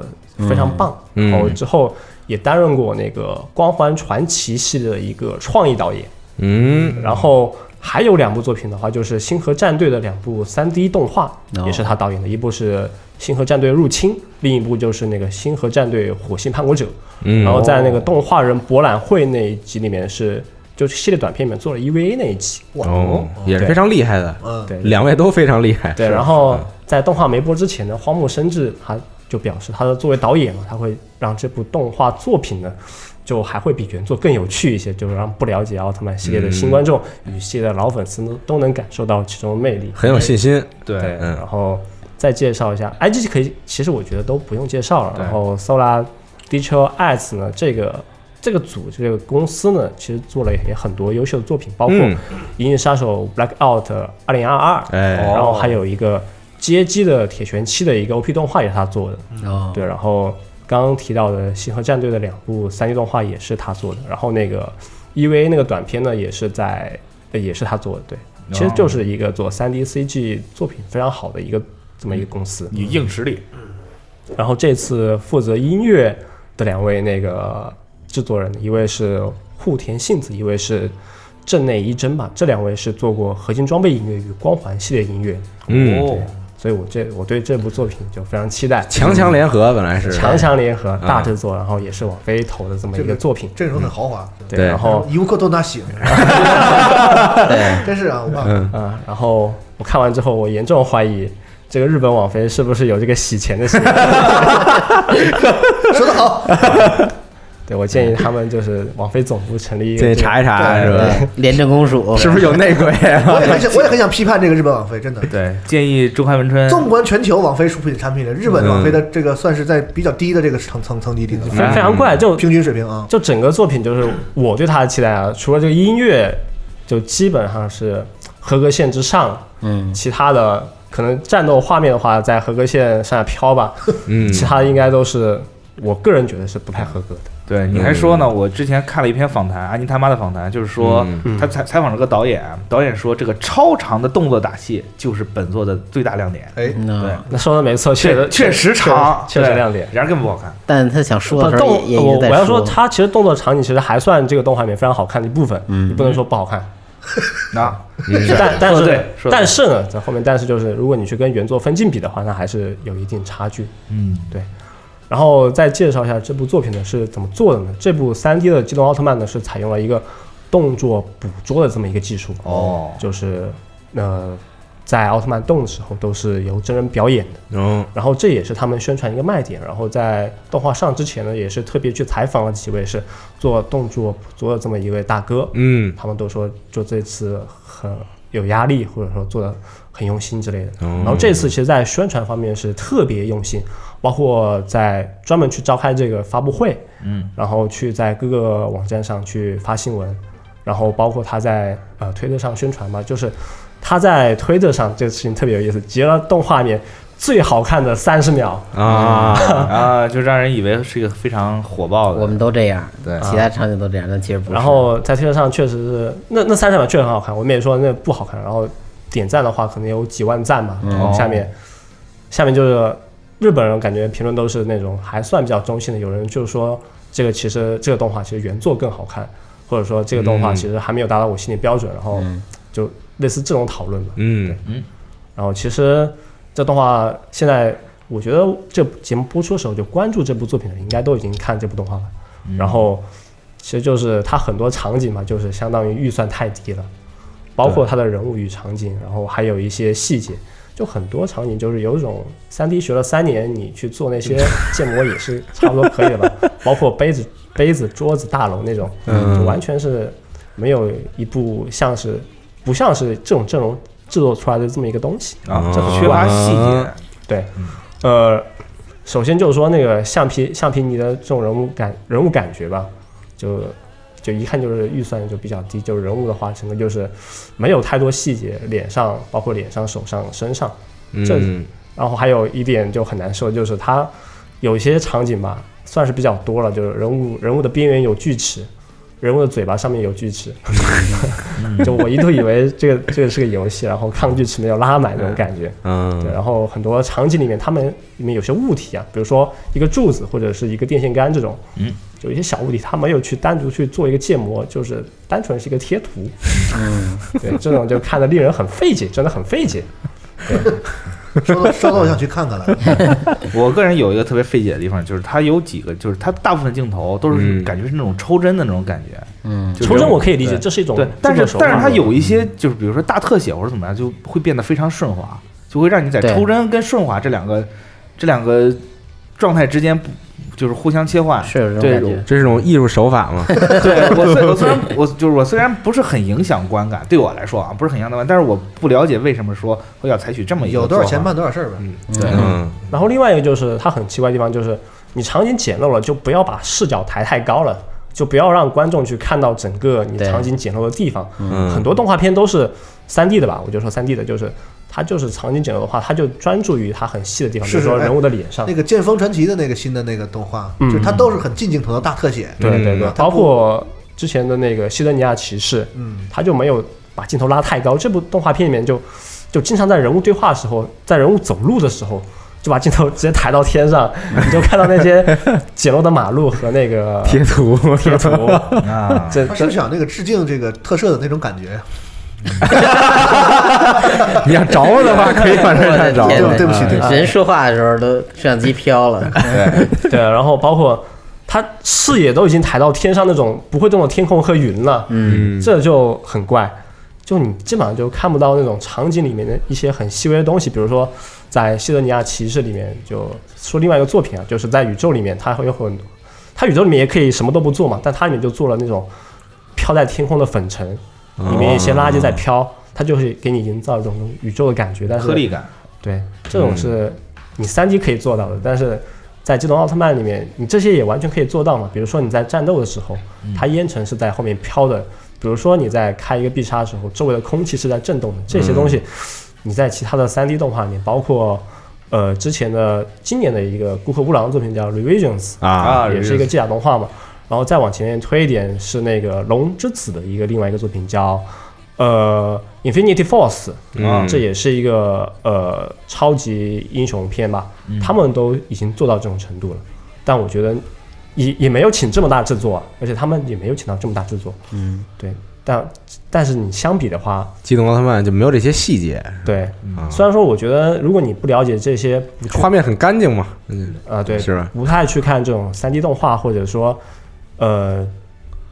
Speaker 4: 非常棒。
Speaker 2: 嗯
Speaker 4: 然后之后也担任过那个《光环传奇》系列的一个创意导演。
Speaker 2: 嗯
Speaker 4: 然后还有两部作品的话，就是《星河战队》的两部 3D 动画，
Speaker 3: 哦
Speaker 4: 也是他导演的，一部是《星河战队入侵》，另一部就是那个《星河战队火星叛国者》。
Speaker 2: 嗯
Speaker 4: 然后在那个动画人博览会那一集里面是就是系列短片里面做了 EVA 那一期。
Speaker 2: 哦
Speaker 5: 哇，，
Speaker 2: 也是非常厉害的，
Speaker 5: 嗯，
Speaker 4: 对
Speaker 2: 两位都非常厉害。
Speaker 4: 对，然后在动画没播之前呢，荒木伸志他就表示，他的作为导演嘛，他会让这部动画作品呢，就还会比原作更有趣一些，就是让不了解奥特曼系列的
Speaker 2: 嗯
Speaker 4: 新观众与系列的老粉丝呢都能感受到其中的魅力。
Speaker 2: 很有信心。
Speaker 6: 对
Speaker 4: 对，
Speaker 2: 嗯
Speaker 4: 然后再介绍一下 IG 可以，其实我觉得都不用介绍了。
Speaker 6: 对
Speaker 4: 然后 Solar Digital Ads 呢，这个这个组这个公司呢，其实做了也很多优秀的作品，包括《
Speaker 2: 嗯
Speaker 4: 银翼杀手 Blackout 二零二二》，
Speaker 2: 哎
Speaker 4: 然后还有一个街机的《铁拳七》的一个 OP 动画也是他做的。
Speaker 3: 哦，
Speaker 4: 对，然后刚刚提到的《星河战队》的两部三 D 动画也是他做的，然后那个 EVA 那个短片呢也是在呃也是他做的，对，
Speaker 2: 哦
Speaker 4: 其实就是一个做三 D CG 作品非常好的一个这么一个公司。
Speaker 2: 嗯
Speaker 6: 你硬实力，
Speaker 4: 然后这次负责音乐的两位那个制作人，一位是户田信子，一位是镇内一真吧，这两位是做过《合金装备音乐》与《光环》系列音乐，
Speaker 2: 嗯，
Speaker 6: 哦，
Speaker 4: 所以我这我对这部作品就非常期待。
Speaker 2: 强强联合本来是嗯
Speaker 4: 强强联合大制作，然后也是网飞投的这么一
Speaker 5: 这
Speaker 4: 个
Speaker 5: 个
Speaker 4: 作品。
Speaker 5: 阵容很豪华，
Speaker 2: 对
Speaker 4: 然后
Speaker 5: 一物克多纳行，真是啊，我
Speaker 2: 嗯
Speaker 4: 嗯，然后我看完之后，我严重怀疑这个日本网飞是不是有这个洗钱 的行为。
Speaker 5: 说的好，
Speaker 4: 对我建议他们就是网飞总部成立一个
Speaker 2: 建议
Speaker 4: 这个
Speaker 2: 查一查是吧？
Speaker 3: 对廉政公署
Speaker 2: 是不是有内鬼？啊
Speaker 5: 我也很想，我也很想批判这个日本网飞，真的。
Speaker 6: 对，建议中华文春
Speaker 5: 纵观全球网飞出品产品的，日本网飞的这个算是在比较低的这个层层层级里的
Speaker 4: 非
Speaker 2: 嗯
Speaker 4: 非常怪，就
Speaker 5: 平均水平啊。
Speaker 4: 就整个作品就是我对它的期待啊，除了这个音乐，就基本上是合格线之上，
Speaker 3: 嗯，
Speaker 4: 其他的可能战斗画面的话，在合格线上下飘吧，
Speaker 2: 嗯，
Speaker 4: 其他的应该都是我个人觉得是不太合格的。
Speaker 6: 对，你
Speaker 4: 嗯
Speaker 6: 还说呢？我之前看了一篇访谈，安妮他妈的访谈，就是说
Speaker 4: 嗯
Speaker 6: 他采采访了个导演，导演说这个超长的动作打戏就是本作的最大亮点。
Speaker 5: 哎，
Speaker 3: 那
Speaker 6: 对，
Speaker 4: 那说的没错，确实
Speaker 6: 确确实长，
Speaker 4: 确实
Speaker 6: 对
Speaker 4: 亮点。
Speaker 6: 然而根本不 好看。
Speaker 3: 但他想说的时候
Speaker 4: 动
Speaker 3: 也也
Speaker 4: 我
Speaker 3: 一直在
Speaker 4: 我要说，它其实动作场景其实还算这个动画里面非常好看的一部分，
Speaker 3: 嗯
Speaker 4: 你不能说不好看。
Speaker 6: 啊，
Speaker 4: 但但
Speaker 6: 说
Speaker 4: 是
Speaker 6: 得对说得对
Speaker 4: 但是呢，在后面但是就是，如果你去跟原作分镜比的话，那还是有一定差距。
Speaker 6: 嗯，
Speaker 4: 然后再介绍一下这部作品呢是怎么做的呢？这部 3D 的机动奥特曼呢是采用了一个动作捕捉的这么一个技术，
Speaker 6: 哦
Speaker 4: 就是呃，在奥特曼动的时候都是由真人表演的，
Speaker 2: 嗯
Speaker 4: 然后这也是他们宣传一个卖点。然后在动画上之前呢，也是特别去采访了几位是做动作捕捉的这么一位大哥，
Speaker 2: 嗯
Speaker 4: 他们都说做这次很有压力，或者说做的很用心之类的。
Speaker 2: 哦
Speaker 4: 然后这次其实，在宣传方面是特别用心，包括在专门去召开这个发布会，
Speaker 6: 嗯，
Speaker 4: 然后去在各个网站上去发新闻，然后包括他在呃推特上宣传嘛，就是他在推特上这个事情特别有意思，截了动画里面最好看的三十秒，
Speaker 2: 啊，
Speaker 6: 啊，就让人以为是一个非常火爆的。
Speaker 3: 我们都这样，
Speaker 6: 对
Speaker 3: 其他场景都这样，但其实不是。
Speaker 4: 然后在推特上确实是，那那三十秒确实很好看，我们也说那不好看。然后点赞的话，可能有几万赞吧。然后下面下面就是日本人，感觉评论都是那种还算比较中性的，有人就是说这个其实这个动画其实原作更好看，或者说这个动画
Speaker 2: 嗯
Speaker 4: 其实还没有达到我心里标准，然后就类似这种讨论吧。
Speaker 2: 嗯
Speaker 4: 然后其实这动画现在，我觉得这节目播出的时候就关注这部作品的人，应该都已经看这部动画了。然后其实就是它很多场景嘛，就是相当于预算太低了，包括它的人物与场景，然后还有一些细节。就很多场景就是有一种三 D 学了三年，你去做那些建模也是差不多可以了吧？包括杯子、杯子、桌子、大楼那种，就完全是没有一部像是不像是这种阵容制作出来的这么一个东西。
Speaker 6: 啊，
Speaker 2: 这很
Speaker 6: 缺乏
Speaker 2: 怪
Speaker 6: 细节。
Speaker 4: 对，呃，首先就是说那个橡皮橡皮泥的这种人物感人物感觉吧，就就一看就是预算就比较低，就是人物的话，整个就是没有太多细节，脸上包括脸上、手上、身上，这
Speaker 2: 嗯
Speaker 4: 然后还有一点就很难受，就是它有一些场景吧，算是比较多了，就是人物人物的边缘有锯齿，人物的嘴巴上面有锯齿， 就我一度以为这个这个是个游戏，然后抗锯齿没有拉满那种感觉。对，
Speaker 2: 嗯
Speaker 4: 然后很多场景里面，他们里面有些物体啊，比如说一个柱子或者是一个电线杆这种，
Speaker 6: 嗯，
Speaker 4: 有一些小物体，它没有去单独去做一个建模，就是单纯是一个贴图，嗯，对，这种就看得令人很费解，真的很费解。
Speaker 5: 说到说到我想去看看了，
Speaker 6: 我个人有一个特别费解的地方，就是它有几个，就是它大部分镜头都是
Speaker 2: 嗯
Speaker 6: 感觉是那种抽帧的那种感觉，
Speaker 3: 嗯，
Speaker 6: 就
Speaker 4: 崇
Speaker 6: 人
Speaker 4: 真
Speaker 6: 物
Speaker 4: 我可以理解，
Speaker 6: 对
Speaker 4: 这是一种
Speaker 6: 对，但
Speaker 4: 制作
Speaker 6: 是
Speaker 4: 手法
Speaker 6: 但是它有一些就是比如说大特写或者怎么样，就会变得非常顺滑，就会让你在
Speaker 3: 对
Speaker 6: 抽帧跟顺滑这两个这两个状态之间不就是互相切换。
Speaker 3: 是有这种
Speaker 6: 对
Speaker 3: 感觉。
Speaker 2: 这是种艺术手法嘛？
Speaker 6: 对我虽我虽然我就是我虽然不是很影响观感，对我来说啊不是很影响观感，但是我不了解为什么说会要采取这么一个
Speaker 5: 有多少钱
Speaker 6: 做法
Speaker 5: 办多少事儿呗。
Speaker 6: 对
Speaker 2: 嗯，
Speaker 4: 然后另外一个就是它很奇怪的地方就是，你场景简陋了，就不要把视角抬太高了，就不要让观众去看到整个你
Speaker 3: 对
Speaker 4: 场景简陋的地方。
Speaker 2: 嗯
Speaker 4: 很多动画片都是三 D 的吧？我就说三 D 的，就是它就是场景简陋的话，它就专注于它很细的地方，比
Speaker 5: 是
Speaker 4: 如说
Speaker 5: 是哎
Speaker 4: 人物的脸上
Speaker 5: 那。个《剑锋传奇》的那个新的那个动画，
Speaker 4: 啊嗯
Speaker 5: 就是它都是很近镜头的大特写，
Speaker 4: 对对对
Speaker 5: 嗯，
Speaker 4: 包括之前的那个《西德尼亚骑士》，
Speaker 5: 嗯，
Speaker 4: 他就没有把镜头拉太高。这部动画片里面就就经常在人物对话的时候，在人物走路的时候，就把镜头直接抬到天上， 你就看到那些 简陋的马路和那个
Speaker 2: 贴图，
Speaker 4: 贴图。
Speaker 6: 啊。
Speaker 4: 这
Speaker 5: 他是不是想那个致敬这个特摄的那种感觉？
Speaker 2: 你要着了的话，可以把 这看着
Speaker 3: 我的。天
Speaker 5: 对
Speaker 3: 哪
Speaker 5: 对不起对不起
Speaker 3: 嗯人说话的时候都摄像机飘了，
Speaker 4: 对，啊然后包括他视野都已经抬到天上那种不会动的天空和云了，
Speaker 2: 嗯，
Speaker 4: 这就很怪。就你基本上就看不到那种场景里面的一些很细微的东西，比如说在《西德尼亚骑士》里面，就说另外一个作品啊，就是在宇宙里面，它会有很，它宇宙里面也可以什么都不做嘛，但它里面就做了那种飘在天空的粉尘，里面一些垃圾在飘，它就是给你营造一种宇宙的感觉，但是
Speaker 6: 颗粒感，
Speaker 4: 对，这种是你三 D 可以做到的，但是在机动奥特曼里面，你这些也完全可以做到嘛。比如说你在战斗的时候，它烟尘是在后面飘的；比如说你在开一个必杀的时候，周围的空气是在震动的。这些东西你在其他的三 D 动画里面，包括呃之前的今年的一个顾客乌狼的作品叫《Revisions》，
Speaker 2: 啊，
Speaker 6: 啊
Speaker 4: 也是一个机甲动画嘛。然后再往前面推一点，是那个《龙之子》的一个另外一个作品叫呃《Infinity Force》，啊
Speaker 2: 嗯
Speaker 4: 这也是一个呃超级英雄片吧。他们都已经做到这种程度了，但我觉得也也没有请这么大制作啊，而且他们也没有请到这么大制作。
Speaker 3: 嗯，
Speaker 4: 对。但但是你相比的话，
Speaker 2: 机动奥特曼就没有这些细节，
Speaker 4: 对，
Speaker 2: 啊
Speaker 4: 虽然说我觉得如果你不了解这些，不去
Speaker 2: 画面很干净嘛，嗯
Speaker 4: 啊，对，
Speaker 2: 是吧
Speaker 4: 不太去看这种三 D 动画，或者说，呃，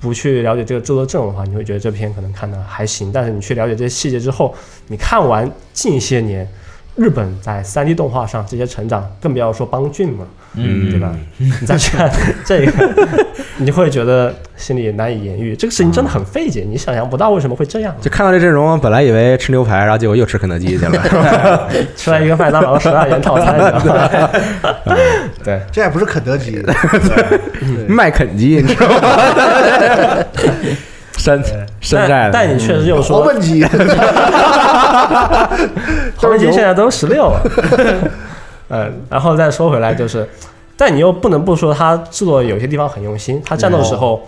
Speaker 4: 不去了解这个制作阵容的话，你会觉得这片可能看的还行。但是你去了解这些细节之后，你看完近些年日本在三 D 动画上这些成长，更不要说邦俊了，
Speaker 2: 嗯
Speaker 4: 对吧？你再去看这个，你就会觉得心里难以言喻。这个事情真的很 费解，你想象不到为什么会这样。
Speaker 2: 就看到这阵容，本来以为吃牛排，然后结果又吃肯德基去 了。
Speaker 4: 吃了一个麦当劳十二元套餐，你知道吗？ 对，
Speaker 5: 这也不是肯德 基，对
Speaker 2: 麦肯基，你知道吗？ 山山寨的，
Speaker 4: 但但你确实又说
Speaker 5: 黄 焖鸡，
Speaker 4: 黄焖鸡现在都十六了。呃，然后再说回来，就是，但你又不能不说它制作有些地方很用心。它战斗的时候，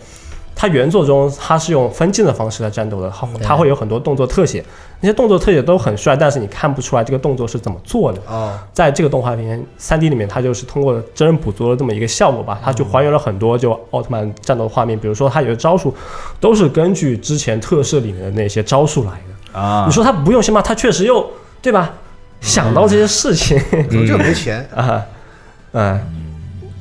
Speaker 4: 它原作中它是用分镜的方式来战斗的，它它会有很多动作特写，那些动作特写都很帅，但是你看不出来这个动作是怎么做的。
Speaker 5: 哦，
Speaker 4: 在这个动画片三 D 里面，它就是通过真人捕捉的这么一个效果吧，它就还原了很多就奥特曼战斗的画面，比如说它有的招数都是根据之前特摄里面的那些招数来的。
Speaker 6: 啊
Speaker 4: 你，说他不用心吗？他确实又对吧？想到这些事情
Speaker 5: 怎么就没钱？
Speaker 4: 啊，嗯，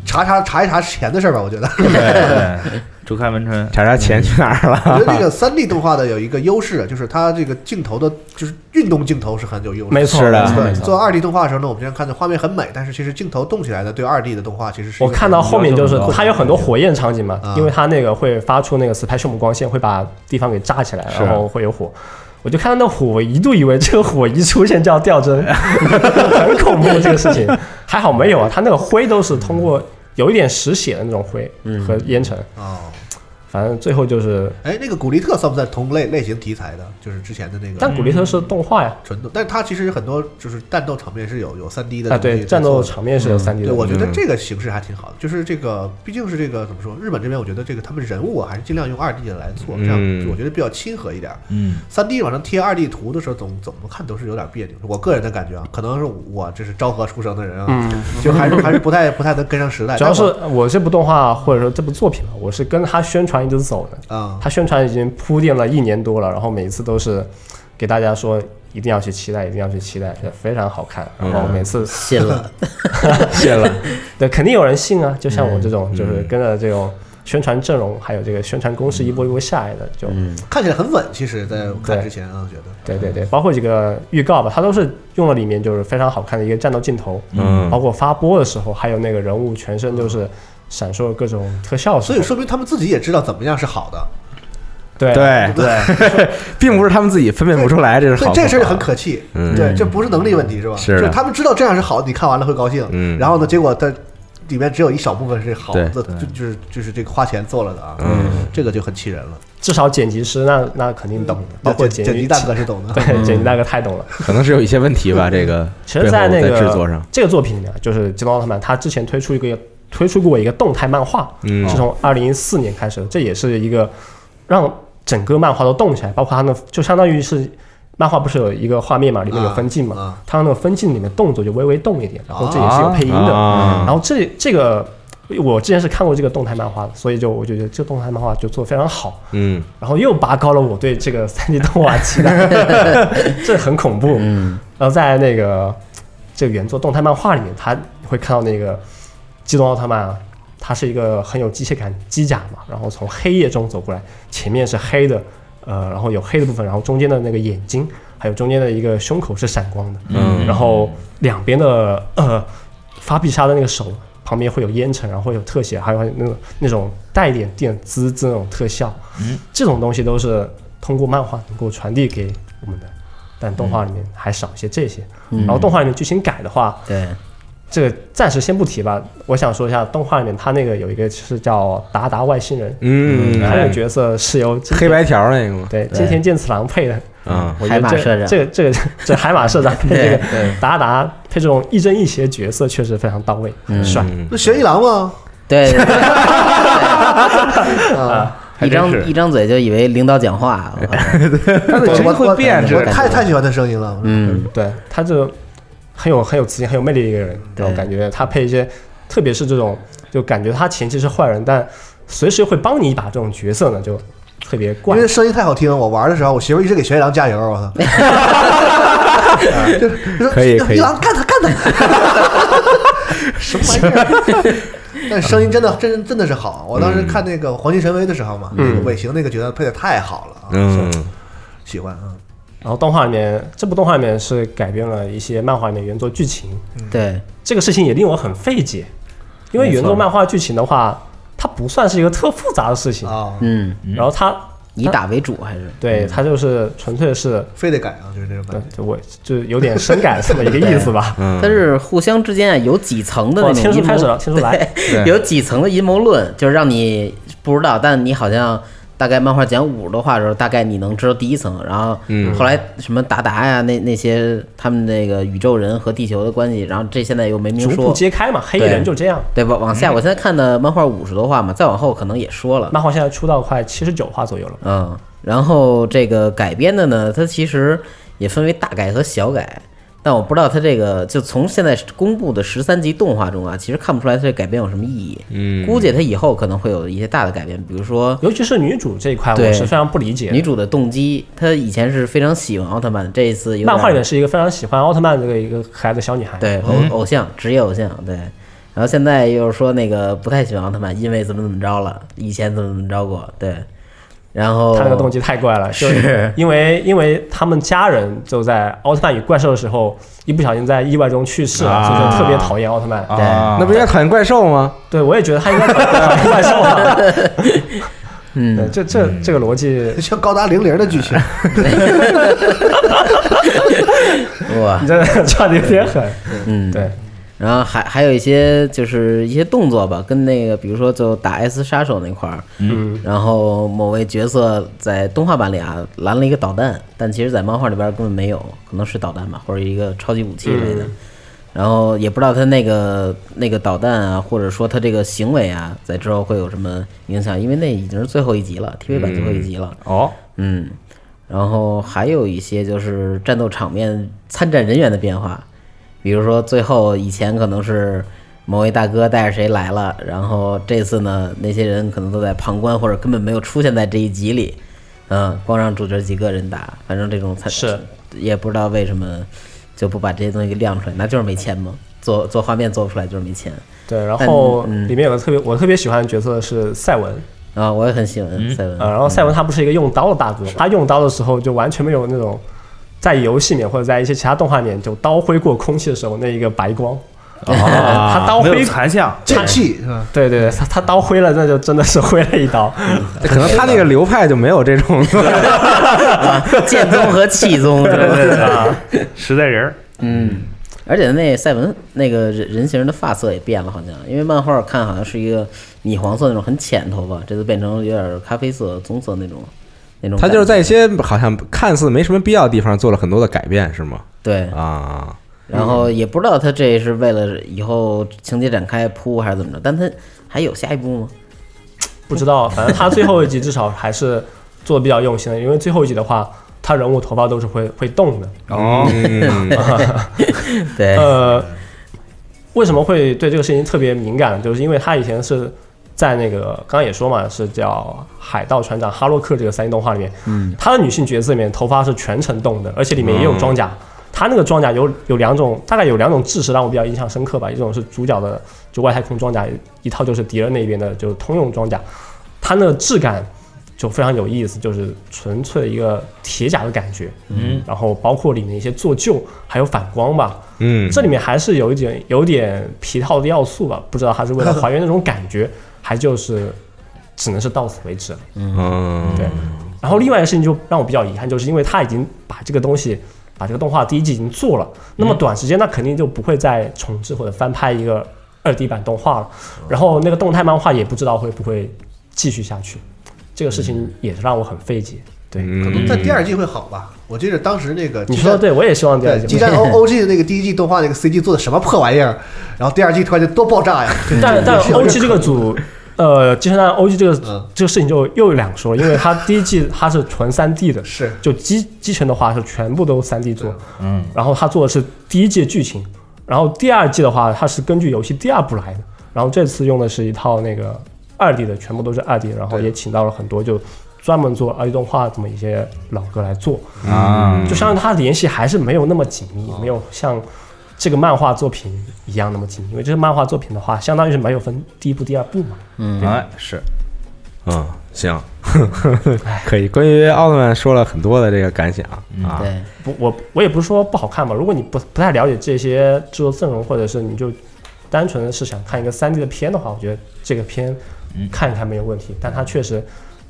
Speaker 5: 查查查一查钱的事儿吧，我觉得。
Speaker 6: 对，周开文春，
Speaker 2: 查查钱去哪儿了？
Speaker 5: 我觉得这个三 D 动画的有一个优势，就是它这个镜头的，就是运动镜头是很有优 势。
Speaker 4: 没错，
Speaker 2: 是的
Speaker 4: 没错
Speaker 5: 对
Speaker 4: 没，
Speaker 5: 做
Speaker 4: 错。
Speaker 5: 二 D 动画的时候呢，我们之前看的画面很美，但是其实镜头动起来呢，对二 D 的动画其实是一
Speaker 4: 我
Speaker 5: 个
Speaker 4: 看到后面就是
Speaker 6: 你要这么着
Speaker 4: 它有很多火焰场景嘛
Speaker 6: 嗯
Speaker 5: 啊，
Speaker 4: 因为它那个会发出那个 special 光线，会把地方给炸起来，
Speaker 6: 是
Speaker 4: 然后会有火。我就看到那火，我一度以为这个火一出现就要掉帧，很恐怖这个事情。还好没有啊，它那个灰都是通过有一点实血的那种灰
Speaker 6: 嗯
Speaker 4: 和烟尘，
Speaker 5: 哦，
Speaker 4: 反正最后就是。
Speaker 5: 哎，那个古力特算不算同类类型题材的？就是之前的那个，
Speaker 4: 但古力特是动画呀，
Speaker 5: 纯动，但是它其实很多就是战斗场面是有有三 D
Speaker 6: 嗯
Speaker 5: 的
Speaker 4: 啊
Speaker 5: 东西
Speaker 4: 对，
Speaker 5: 在
Speaker 4: 战斗
Speaker 5: 做的
Speaker 4: 场面是有三 D
Speaker 5: 对，
Speaker 4: 的。
Speaker 5: 我觉得
Speaker 2: 嗯
Speaker 5: 这个形式还挺好的，就是这个毕竟是这个怎么说，日本这边我觉得这个他们人物啊还是尽量用二 D 的来做，这样
Speaker 2: 嗯
Speaker 5: 我觉得比较亲和一点儿。
Speaker 6: 嗯，
Speaker 5: 三 D 往上贴二 D 图的时候，总怎么看都是有点别扭。我个人的感觉啊，可能是我这是昭和出生的人啊，就还是 还是不太不太能跟上时代。
Speaker 4: 嗯主要是
Speaker 5: 但我
Speaker 4: 我这部动画或者说这部作品吧，我是跟他宣传一直走的。
Speaker 5: 啊，
Speaker 4: 他宣传已经铺垫了一年多了，然后每一次都是给大家说一定要去期待，一定要去期待，非常好看。然后每次、
Speaker 3: 信了，
Speaker 2: 嗯 谢了， 嗯
Speaker 4: 对肯定有人信啊，就像我这种、就是跟着这种宣传阵容还有这个宣传攻势一波一波下来的，就
Speaker 3: 嗯，
Speaker 5: 看起来很稳，其实在我看
Speaker 4: 嗯对
Speaker 5: 之前啊，觉得
Speaker 4: 对对对，包括几个预告吧，它都是用了里面就是非常好看的一个战斗镜头，
Speaker 2: 嗯
Speaker 4: 包括发波的时候，还有那个人物全身就是闪烁各种特效的时
Speaker 5: 所
Speaker 4: 候，
Speaker 5: 以说明他们自己也知道怎么样是好的，
Speaker 4: 对
Speaker 2: 对，
Speaker 5: 对
Speaker 2: 并不是他们自己分辨不出来，这是
Speaker 5: 所
Speaker 2: 好
Speaker 5: 以
Speaker 2: 不
Speaker 5: 这事儿就
Speaker 2: 好
Speaker 5: 很可气。
Speaker 2: 嗯
Speaker 5: 对，这不是能力问题是吧？
Speaker 2: 是的
Speaker 5: 就他们知道这样是好的，你看完了会高兴。
Speaker 2: 嗯
Speaker 5: 然后呢，结果它里面只有一小部分是好的，
Speaker 2: 对
Speaker 5: 就就是就是这个花钱做了的啊，
Speaker 2: 嗯
Speaker 5: 这个就很气人了。
Speaker 4: 至少剪辑师那那肯定懂的，包括
Speaker 5: 嗯剪
Speaker 4: 剪
Speaker 5: 辑嗯大哥是懂的，
Speaker 4: 对，剪辑大哥太懂了。
Speaker 2: 可能是有一些问题吧。这个
Speaker 4: 其
Speaker 2: 背后
Speaker 4: 实，
Speaker 2: 在
Speaker 4: 那个
Speaker 2: 制作上，
Speaker 4: 这个作品里面，就是机动奥特曼，他之前推出一个推出过一个动态漫画，
Speaker 2: 嗯
Speaker 4: 是从二零一四年开始的，这也是一个让整个漫画都动起来，包括它那就相当于是漫画不是有一个画面嘛，里面有分镜
Speaker 5: 啊啊
Speaker 4: 嘛，它那个分镜里面动作就微微动一点，然后这也是有配音的，
Speaker 2: 啊
Speaker 4: 然后这这个。我之前是看过这个动态漫画的，所以就我就觉得这个动态漫画就做得非常好，
Speaker 2: 嗯
Speaker 4: 然后又拔高了我对这个 三 D 动画期待，这很恐怖。嗯，然后在那个这个原作动态漫画里面，他会看到那个机动奥特曼啊，它是一个很有机械感机甲嘛，然后从黑夜中走过来，前面是黑的，呃，然后有黑的部分，然后中间的那个眼睛，还有中间的一个胸口是闪光的，
Speaker 2: 嗯
Speaker 4: 然后两边的呃发必杀的那个手旁边会有烟尘，然后会有特写，还有那种那种带一点电滋滋那种特效，嗯，这种东西都是通过漫画能够传递给我们的，但动画里面还少一些这些。
Speaker 3: 嗯
Speaker 4: 然后动画里面剧情改的话，
Speaker 3: 对，
Speaker 4: 这个暂时先不提吧。我想说一下动画里面它那个有一个是叫达达外星人，
Speaker 2: 嗯，
Speaker 4: 他那
Speaker 2: 哎
Speaker 4: 个角色是由金
Speaker 2: 黑白条那个嘛，
Speaker 4: 对
Speaker 3: 对
Speaker 4: 金田健次郎配的，
Speaker 2: 啊，
Speaker 4: 我觉得
Speaker 3: 海马
Speaker 4: 这
Speaker 3: 社长
Speaker 4: 这个这个这海马社长配这个
Speaker 3: 对对
Speaker 4: 达达配这种亦正亦邪的角色确实非常到位，很帅。
Speaker 5: 那玄一郎吗？
Speaker 3: 对对，对
Speaker 5: 啊，
Speaker 6: 还
Speaker 3: 一
Speaker 6: 真是
Speaker 3: 张一张嘴就以为领导讲话，我 靠
Speaker 6: 他的
Speaker 5: 我
Speaker 6: 声音
Speaker 5: 我
Speaker 6: 会
Speaker 5: 我
Speaker 6: 变，
Speaker 5: 我
Speaker 6: 这个
Speaker 5: 太太喜欢他声音了。
Speaker 3: 嗯，
Speaker 4: 对，他就很有很有磁性、很有魅力的一个人。
Speaker 3: 对
Speaker 4: 我感觉他配一些，特别是这种，就感觉他前期是坏人，但随时会帮你一把这种角色呢，就特别
Speaker 5: 因
Speaker 4: 怪
Speaker 5: 为。声音太好听，我玩的时候，我媳妇一直给玄一郎加油，我操！就就说
Speaker 2: 可以可以
Speaker 5: 一郎干他干他，什么玩意儿？但声音真的真真的是好，我当时看那个《黄金神威》的时候嘛，那个尾行那个角色配的太好了啊，
Speaker 2: 嗯
Speaker 5: 喜欢啊。
Speaker 4: 然后动画里面，这部动画里面是改编了一些漫画里面原作剧情，
Speaker 3: 对，
Speaker 4: 这个事情也令我很费解，因为原作漫画剧情的话，它不算是一个特复杂的事情，
Speaker 5: 啊，
Speaker 3: 嗯，
Speaker 4: 然后它
Speaker 3: 以打为主还是
Speaker 4: 对它就是纯粹是。
Speaker 5: 非得改啊，就是这种
Speaker 4: 对
Speaker 5: 感觉。，
Speaker 4: 就我就有点深改这么一个意思吧。
Speaker 5: 嗯
Speaker 3: 它是互相之间啊有几层的
Speaker 4: 往
Speaker 3: 那
Speaker 4: 天
Speaker 3: 种
Speaker 4: 书
Speaker 3: 阴谋
Speaker 4: 开始了，天书来。
Speaker 3: 对有几层的阴谋论，就是让你不知道，但你好像大概漫画讲五十多话的时候，大概你能知道第一层，然后
Speaker 4: 嗯
Speaker 3: 后来什么达达呀，那那些他们那个宇宙人和地球的关系，然后这现在又没明
Speaker 4: 逐步嗯
Speaker 3: 说，
Speaker 4: 揭开嘛，黑衣人就这样。
Speaker 3: 对吧？往下，我现在看的漫画五十多话嘛，再往后可能也说了，
Speaker 4: 漫画现在出到快七十九话左右了。
Speaker 3: 嗯，然后这个改编的呢，它其实也分为大改和小改，但我不知道它这个就从现在公布的十三集动画中啊，其实看不出来它这改编有什么意义。嗯，估计它以后可能会有一些大的改变，比如说
Speaker 4: 尤其是女主这一块，
Speaker 3: 对
Speaker 4: 我是非常不理解
Speaker 3: 女
Speaker 4: 的。
Speaker 3: 主的动机，她以前是非常喜欢奥特曼，这一次有点
Speaker 4: 漫画里面是一嗯个非常喜欢奥特曼这个一个可爱的小女孩，
Speaker 3: 对偶偶像职业偶像对，然后现在又说那个不太喜欢奥特曼，因为怎么怎么着了，以前怎么怎么着过对，然后
Speaker 4: 她那个动机太 怪了，就是因为因为他们家人就在奥特曼与怪兽的时候一不小心在意外中去世了，
Speaker 2: 啊
Speaker 4: 所以就特别讨厌奥特曼。
Speaker 6: 啊，
Speaker 2: 那不应该讨厌怪兽吗？
Speaker 4: 对，我也觉得他应该讨厌怪兽啊。 嗯，这这这个逻辑，
Speaker 5: 像高达零零的剧情，
Speaker 3: 哇
Speaker 4: 你，真的差的有点狠。
Speaker 3: 嗯
Speaker 4: 对，
Speaker 3: 然后还还有一些就是一些动作吧，跟那个比如说就打 S 杀手那块儿，
Speaker 4: 嗯，
Speaker 3: 然后某位角色在动画版里啊拦了一个导弹，但其实在漫画里边根本没有，可能是导弹吧，或者一个超级武器一类的。然后也不知道他那个那个导弹啊，或者说他这个行为啊，在之后会有什么影响，因为那已经是最后一集了，TV 版最后一集了。
Speaker 6: 哦，
Speaker 3: 嗯，然后还有一些就是战斗场面参战人员的变化，比如说最后以前可能是某位大哥带着谁来了，然后这次呢那些人可能都在旁观或者根本没有出现在这一集里，嗯，光让主角几个人打，反正这种参
Speaker 4: 是
Speaker 3: 也不知道为什么就不把这些东西给亮出来，那就是没钱嘛。做做画面做不出来就是没钱
Speaker 4: 对，然后
Speaker 3: 但嗯
Speaker 4: 里面有个特别我特别喜欢的角色是赛文，
Speaker 3: 啊，我也很喜欢
Speaker 6: 嗯
Speaker 3: 赛文
Speaker 4: 呃，然后赛文他不是一个用刀的大哥，他用刀的时候就完全没有那种在游戏里面或者在一些其他动画里面就刀挥过空气的时候那一个白光，
Speaker 6: 啊
Speaker 4: 他刀
Speaker 6: 没有
Speaker 4: 挥
Speaker 6: 残像，
Speaker 5: 剑气是吧？
Speaker 4: 对对对，他他刀挥了，那就真的是挥了一 刀。
Speaker 6: 嗯
Speaker 2: 可能他那个流派就没有这种
Speaker 3: 剑宗和气宗，对对对，
Speaker 6: 啊实在人儿，
Speaker 3: 嗯，而且那赛文那个人人形的发色也变了，好像，因为漫画看好像是一个米黄色那种很浅头发，这次变成有点咖啡色、棕色那种那种感
Speaker 2: 他
Speaker 3: 觉。
Speaker 2: 就是在一些好像看似没什么必要的地方做了很多的改变，是吗？
Speaker 3: 对，
Speaker 2: 啊，
Speaker 3: 然后也不知道他这是为了以后情节展开铺还是怎么着，但他还有下一步吗？
Speaker 4: 不知道，反正他最后一集至少还是做的比较用心的，因为最后一集的话，他人物头发都是会会动的。
Speaker 6: 哦，
Speaker 2: 嗯，
Speaker 3: 对，
Speaker 4: 呃，为什么会对这个事情特别敏感？就是因为他以前是在那个刚刚也说嘛，是叫《海盗船长哈洛克》这个三 D 动画里面，嗯，他的女性角色里面头发是全程动的，而且里面也有装甲。他那个装甲有有两种，大概有两种制式让我比较印象深刻吧。一种是主角的就外太空装甲，一套就是敌人那边的就是通用装甲。它那个质感就非常有意思，就是纯粹的一个铁甲的感觉。嗯，然后包括里面一些做旧，还有反光吧。
Speaker 2: 嗯
Speaker 4: 这里面还是有一点有点皮套的要素吧，不知道他是为了还原那种感觉，还就是只能是到此为止。
Speaker 2: 嗯，
Speaker 4: 对，然后另外一个事情就让我比较遗憾，就是因为他已经把这个东西，把这个动画第一季已经做了，那么短时间那肯定就不会再重置或者翻拍一个二 D 版动画了。然后那个动态漫画也不知道会不会继续下去，这个事情也是让我很费解。对，
Speaker 5: 可
Speaker 2: 可
Speaker 5: 能在第二季会好吧？我记得当时那个
Speaker 4: 你
Speaker 5: 激
Speaker 4: 说
Speaker 5: 战
Speaker 4: 的对，我也希望第二
Speaker 5: 对，
Speaker 4: 季
Speaker 5: 激
Speaker 4: 会。
Speaker 5: 战 O O G 的那个第一季动画那个 C G 做的什么破玩意儿，然后第二季突然就多爆炸呀！
Speaker 4: 但但
Speaker 5: 是有
Speaker 4: O
Speaker 5: 这
Speaker 4: G 这个组，呃，金山站 O G 这个、
Speaker 5: 嗯
Speaker 4: 这个事情就又有两说了，因为它第一季它是纯三 D 的，
Speaker 5: 是
Speaker 4: 就机机神的话是全部都三 D 做，
Speaker 6: 嗯，
Speaker 4: 然后他做的是第一季剧情，然后第二季的话它是根据游戏第二部来的，然后这次用的是一套那个二 D 的，全部都是二 D，然后
Speaker 5: 对
Speaker 4: 也请到了很多就专门做二 D 动画这么一些老哥来做，
Speaker 6: 啊，
Speaker 2: 嗯
Speaker 4: 就相当于它联系还是没有那么紧密，
Speaker 2: 哦
Speaker 4: 没有像这个漫画作品一样那么紧密。因为这个漫画作品的话，相当于是没有分第一部、第二部嘛。
Speaker 6: 哎是，
Speaker 2: 嗯，行， 可以。关于奥特曼说了很多的这个感想啊，
Speaker 3: 对，
Speaker 4: 不，我我也不是说不好看吧。如果你不不太了解这些制作阵容，或者是你就单纯的是想看一个3 D 的片的话，我觉得这个片
Speaker 2: 嗯
Speaker 4: 看一看没有问题。但它确实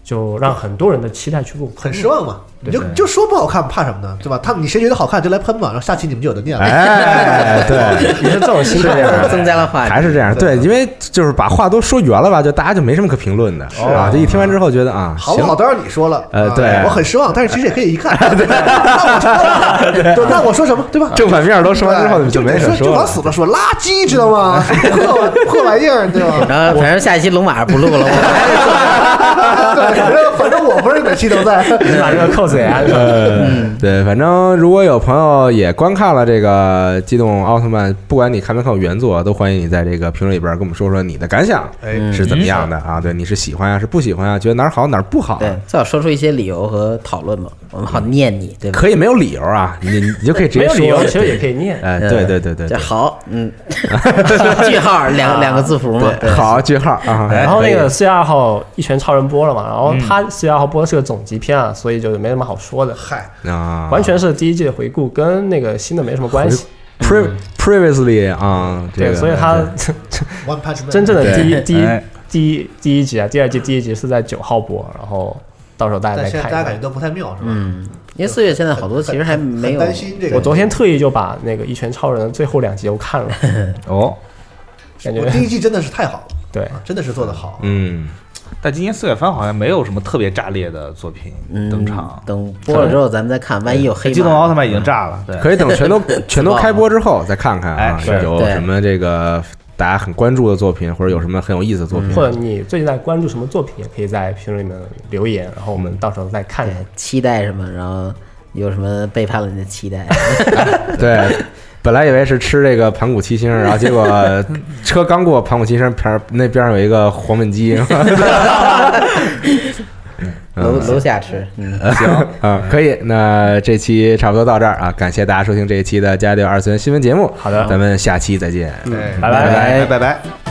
Speaker 4: 就让很多人的期待去落空。
Speaker 5: 很失望嘛，你就
Speaker 6: 对
Speaker 5: 就说不好看，怕什么呢？对吧？他们你谁觉得好看就来喷嘛，然后下期你们就有的念了。
Speaker 2: 哎，对，
Speaker 4: 你是这种心态
Speaker 3: 对增加了话
Speaker 2: 还
Speaker 3: 题，
Speaker 2: 是这样，对，因为就是把话都说圆了吧，就大家就没什么可评论的，是吧？就一听完之后觉得啊，
Speaker 5: 好不
Speaker 2: 行
Speaker 5: 好，都让你说了。
Speaker 2: 呃
Speaker 5: 啊
Speaker 2: 对
Speaker 5: 我很失望，但是其实也可以一看。对吧 那我说了，对那我说什么？对吧？
Speaker 2: 正反面都说完之后
Speaker 5: 对
Speaker 2: 就
Speaker 5: 就
Speaker 2: 没
Speaker 5: 说
Speaker 2: 可
Speaker 5: 就
Speaker 2: 了
Speaker 5: 往。死了说，垃圾，知道吗？破破玩意儿，对吧？
Speaker 3: 然后反正下一期龙马不录了， 我
Speaker 5: 对反正反正我不是哪期都在。
Speaker 4: 是把这个扣子给安上。
Speaker 2: 呃，对，反正如果有朋友也观看了这个《机动奥特曼》，不管你看没看过原作，都欢迎你在这个评论里边跟我们说说你的感想
Speaker 5: 哎
Speaker 2: 是怎么样的
Speaker 4: 嗯
Speaker 2: 啊？对，你是喜欢啊，是不喜欢啊？觉得哪儿好哪儿不好？
Speaker 3: 对，最好说出一些理由和讨论嘛，我们好念你，对吧？
Speaker 2: 可以没有理由啊，你你就可以直
Speaker 4: 没
Speaker 2: 接
Speaker 4: 有
Speaker 2: 说。
Speaker 4: 理由，其实也可以念。
Speaker 2: 哎，
Speaker 3: 嗯
Speaker 2: 对对对对
Speaker 3: 这
Speaker 2: 对，
Speaker 3: 好， 嗯，句号两两个字符嘛，
Speaker 2: 对，好句号啊。
Speaker 4: 然后那
Speaker 2: 可
Speaker 4: 个
Speaker 2: 以嗯
Speaker 4: 四月二号一拳超人播了嘛，然后他四月二号播的是个总集篇啊，所以就没什么好说的，
Speaker 5: 嗨，
Speaker 2: 啊，
Speaker 4: 完全是第一季的回顾，跟那个新的没什么关系。
Speaker 2: pre previously 啊，这
Speaker 4: 对，
Speaker 2: 个
Speaker 4: 所以他
Speaker 5: One Punch Man
Speaker 4: 真正的第一
Speaker 6: 对
Speaker 4: 第一
Speaker 6: 哎
Speaker 4: 第一第一集啊，第二季第一集是在九号播，然后到时候大家
Speaker 5: 但
Speaker 4: 再
Speaker 5: 现在
Speaker 4: 看
Speaker 5: 大
Speaker 4: 一
Speaker 5: 家感
Speaker 4: 看。
Speaker 5: 觉都不太妙，是吧？
Speaker 3: 嗯，因为四月现在好多其实还没有
Speaker 5: 很担心这个。
Speaker 4: 我昨天特意就把那个《一拳超人》的最后两集又看 了，
Speaker 6: 哦，
Speaker 4: 感
Speaker 5: 我
Speaker 4: 觉
Speaker 5: 第一季真的是太好了，
Speaker 4: 对
Speaker 5: 啊真的是做的好。
Speaker 2: 嗯，
Speaker 6: 但今年四月份好像没有什么特别炸裂的作品
Speaker 3: 嗯
Speaker 6: 登场，哎
Speaker 3: 等播了之后咱们再看，万一有黑马
Speaker 6: 机动奥特曼已经炸了， 对，
Speaker 2: 可以等全都全都开播之后再看看啊
Speaker 6: 哎，是
Speaker 2: 有
Speaker 3: 对
Speaker 2: 什么这个大家很关注的作品，或者有什么很有意思的
Speaker 6: 嗯
Speaker 2: 作品，
Speaker 4: 或者你最近在关注什么作品，也可以在评论里面留言，然后我们到时候再看
Speaker 3: 对。期待什么，然后有什么背叛了你的期待，
Speaker 2: 对。本来以为是吃这个盘古七星，然后结果车刚过盘古七星，旁那边上有一个黄焖鸡，
Speaker 3: 楼楼下吃，嗯，
Speaker 2: 行啊，可以。那这期差不多到这儿啊，感谢大家收听这一期的《家里有二次元新闻》节目。
Speaker 4: 好的
Speaker 2: 咱们下期再见。
Speaker 5: 对
Speaker 4: 拜
Speaker 6: 拜
Speaker 4: 拜。
Speaker 6: 拜拜。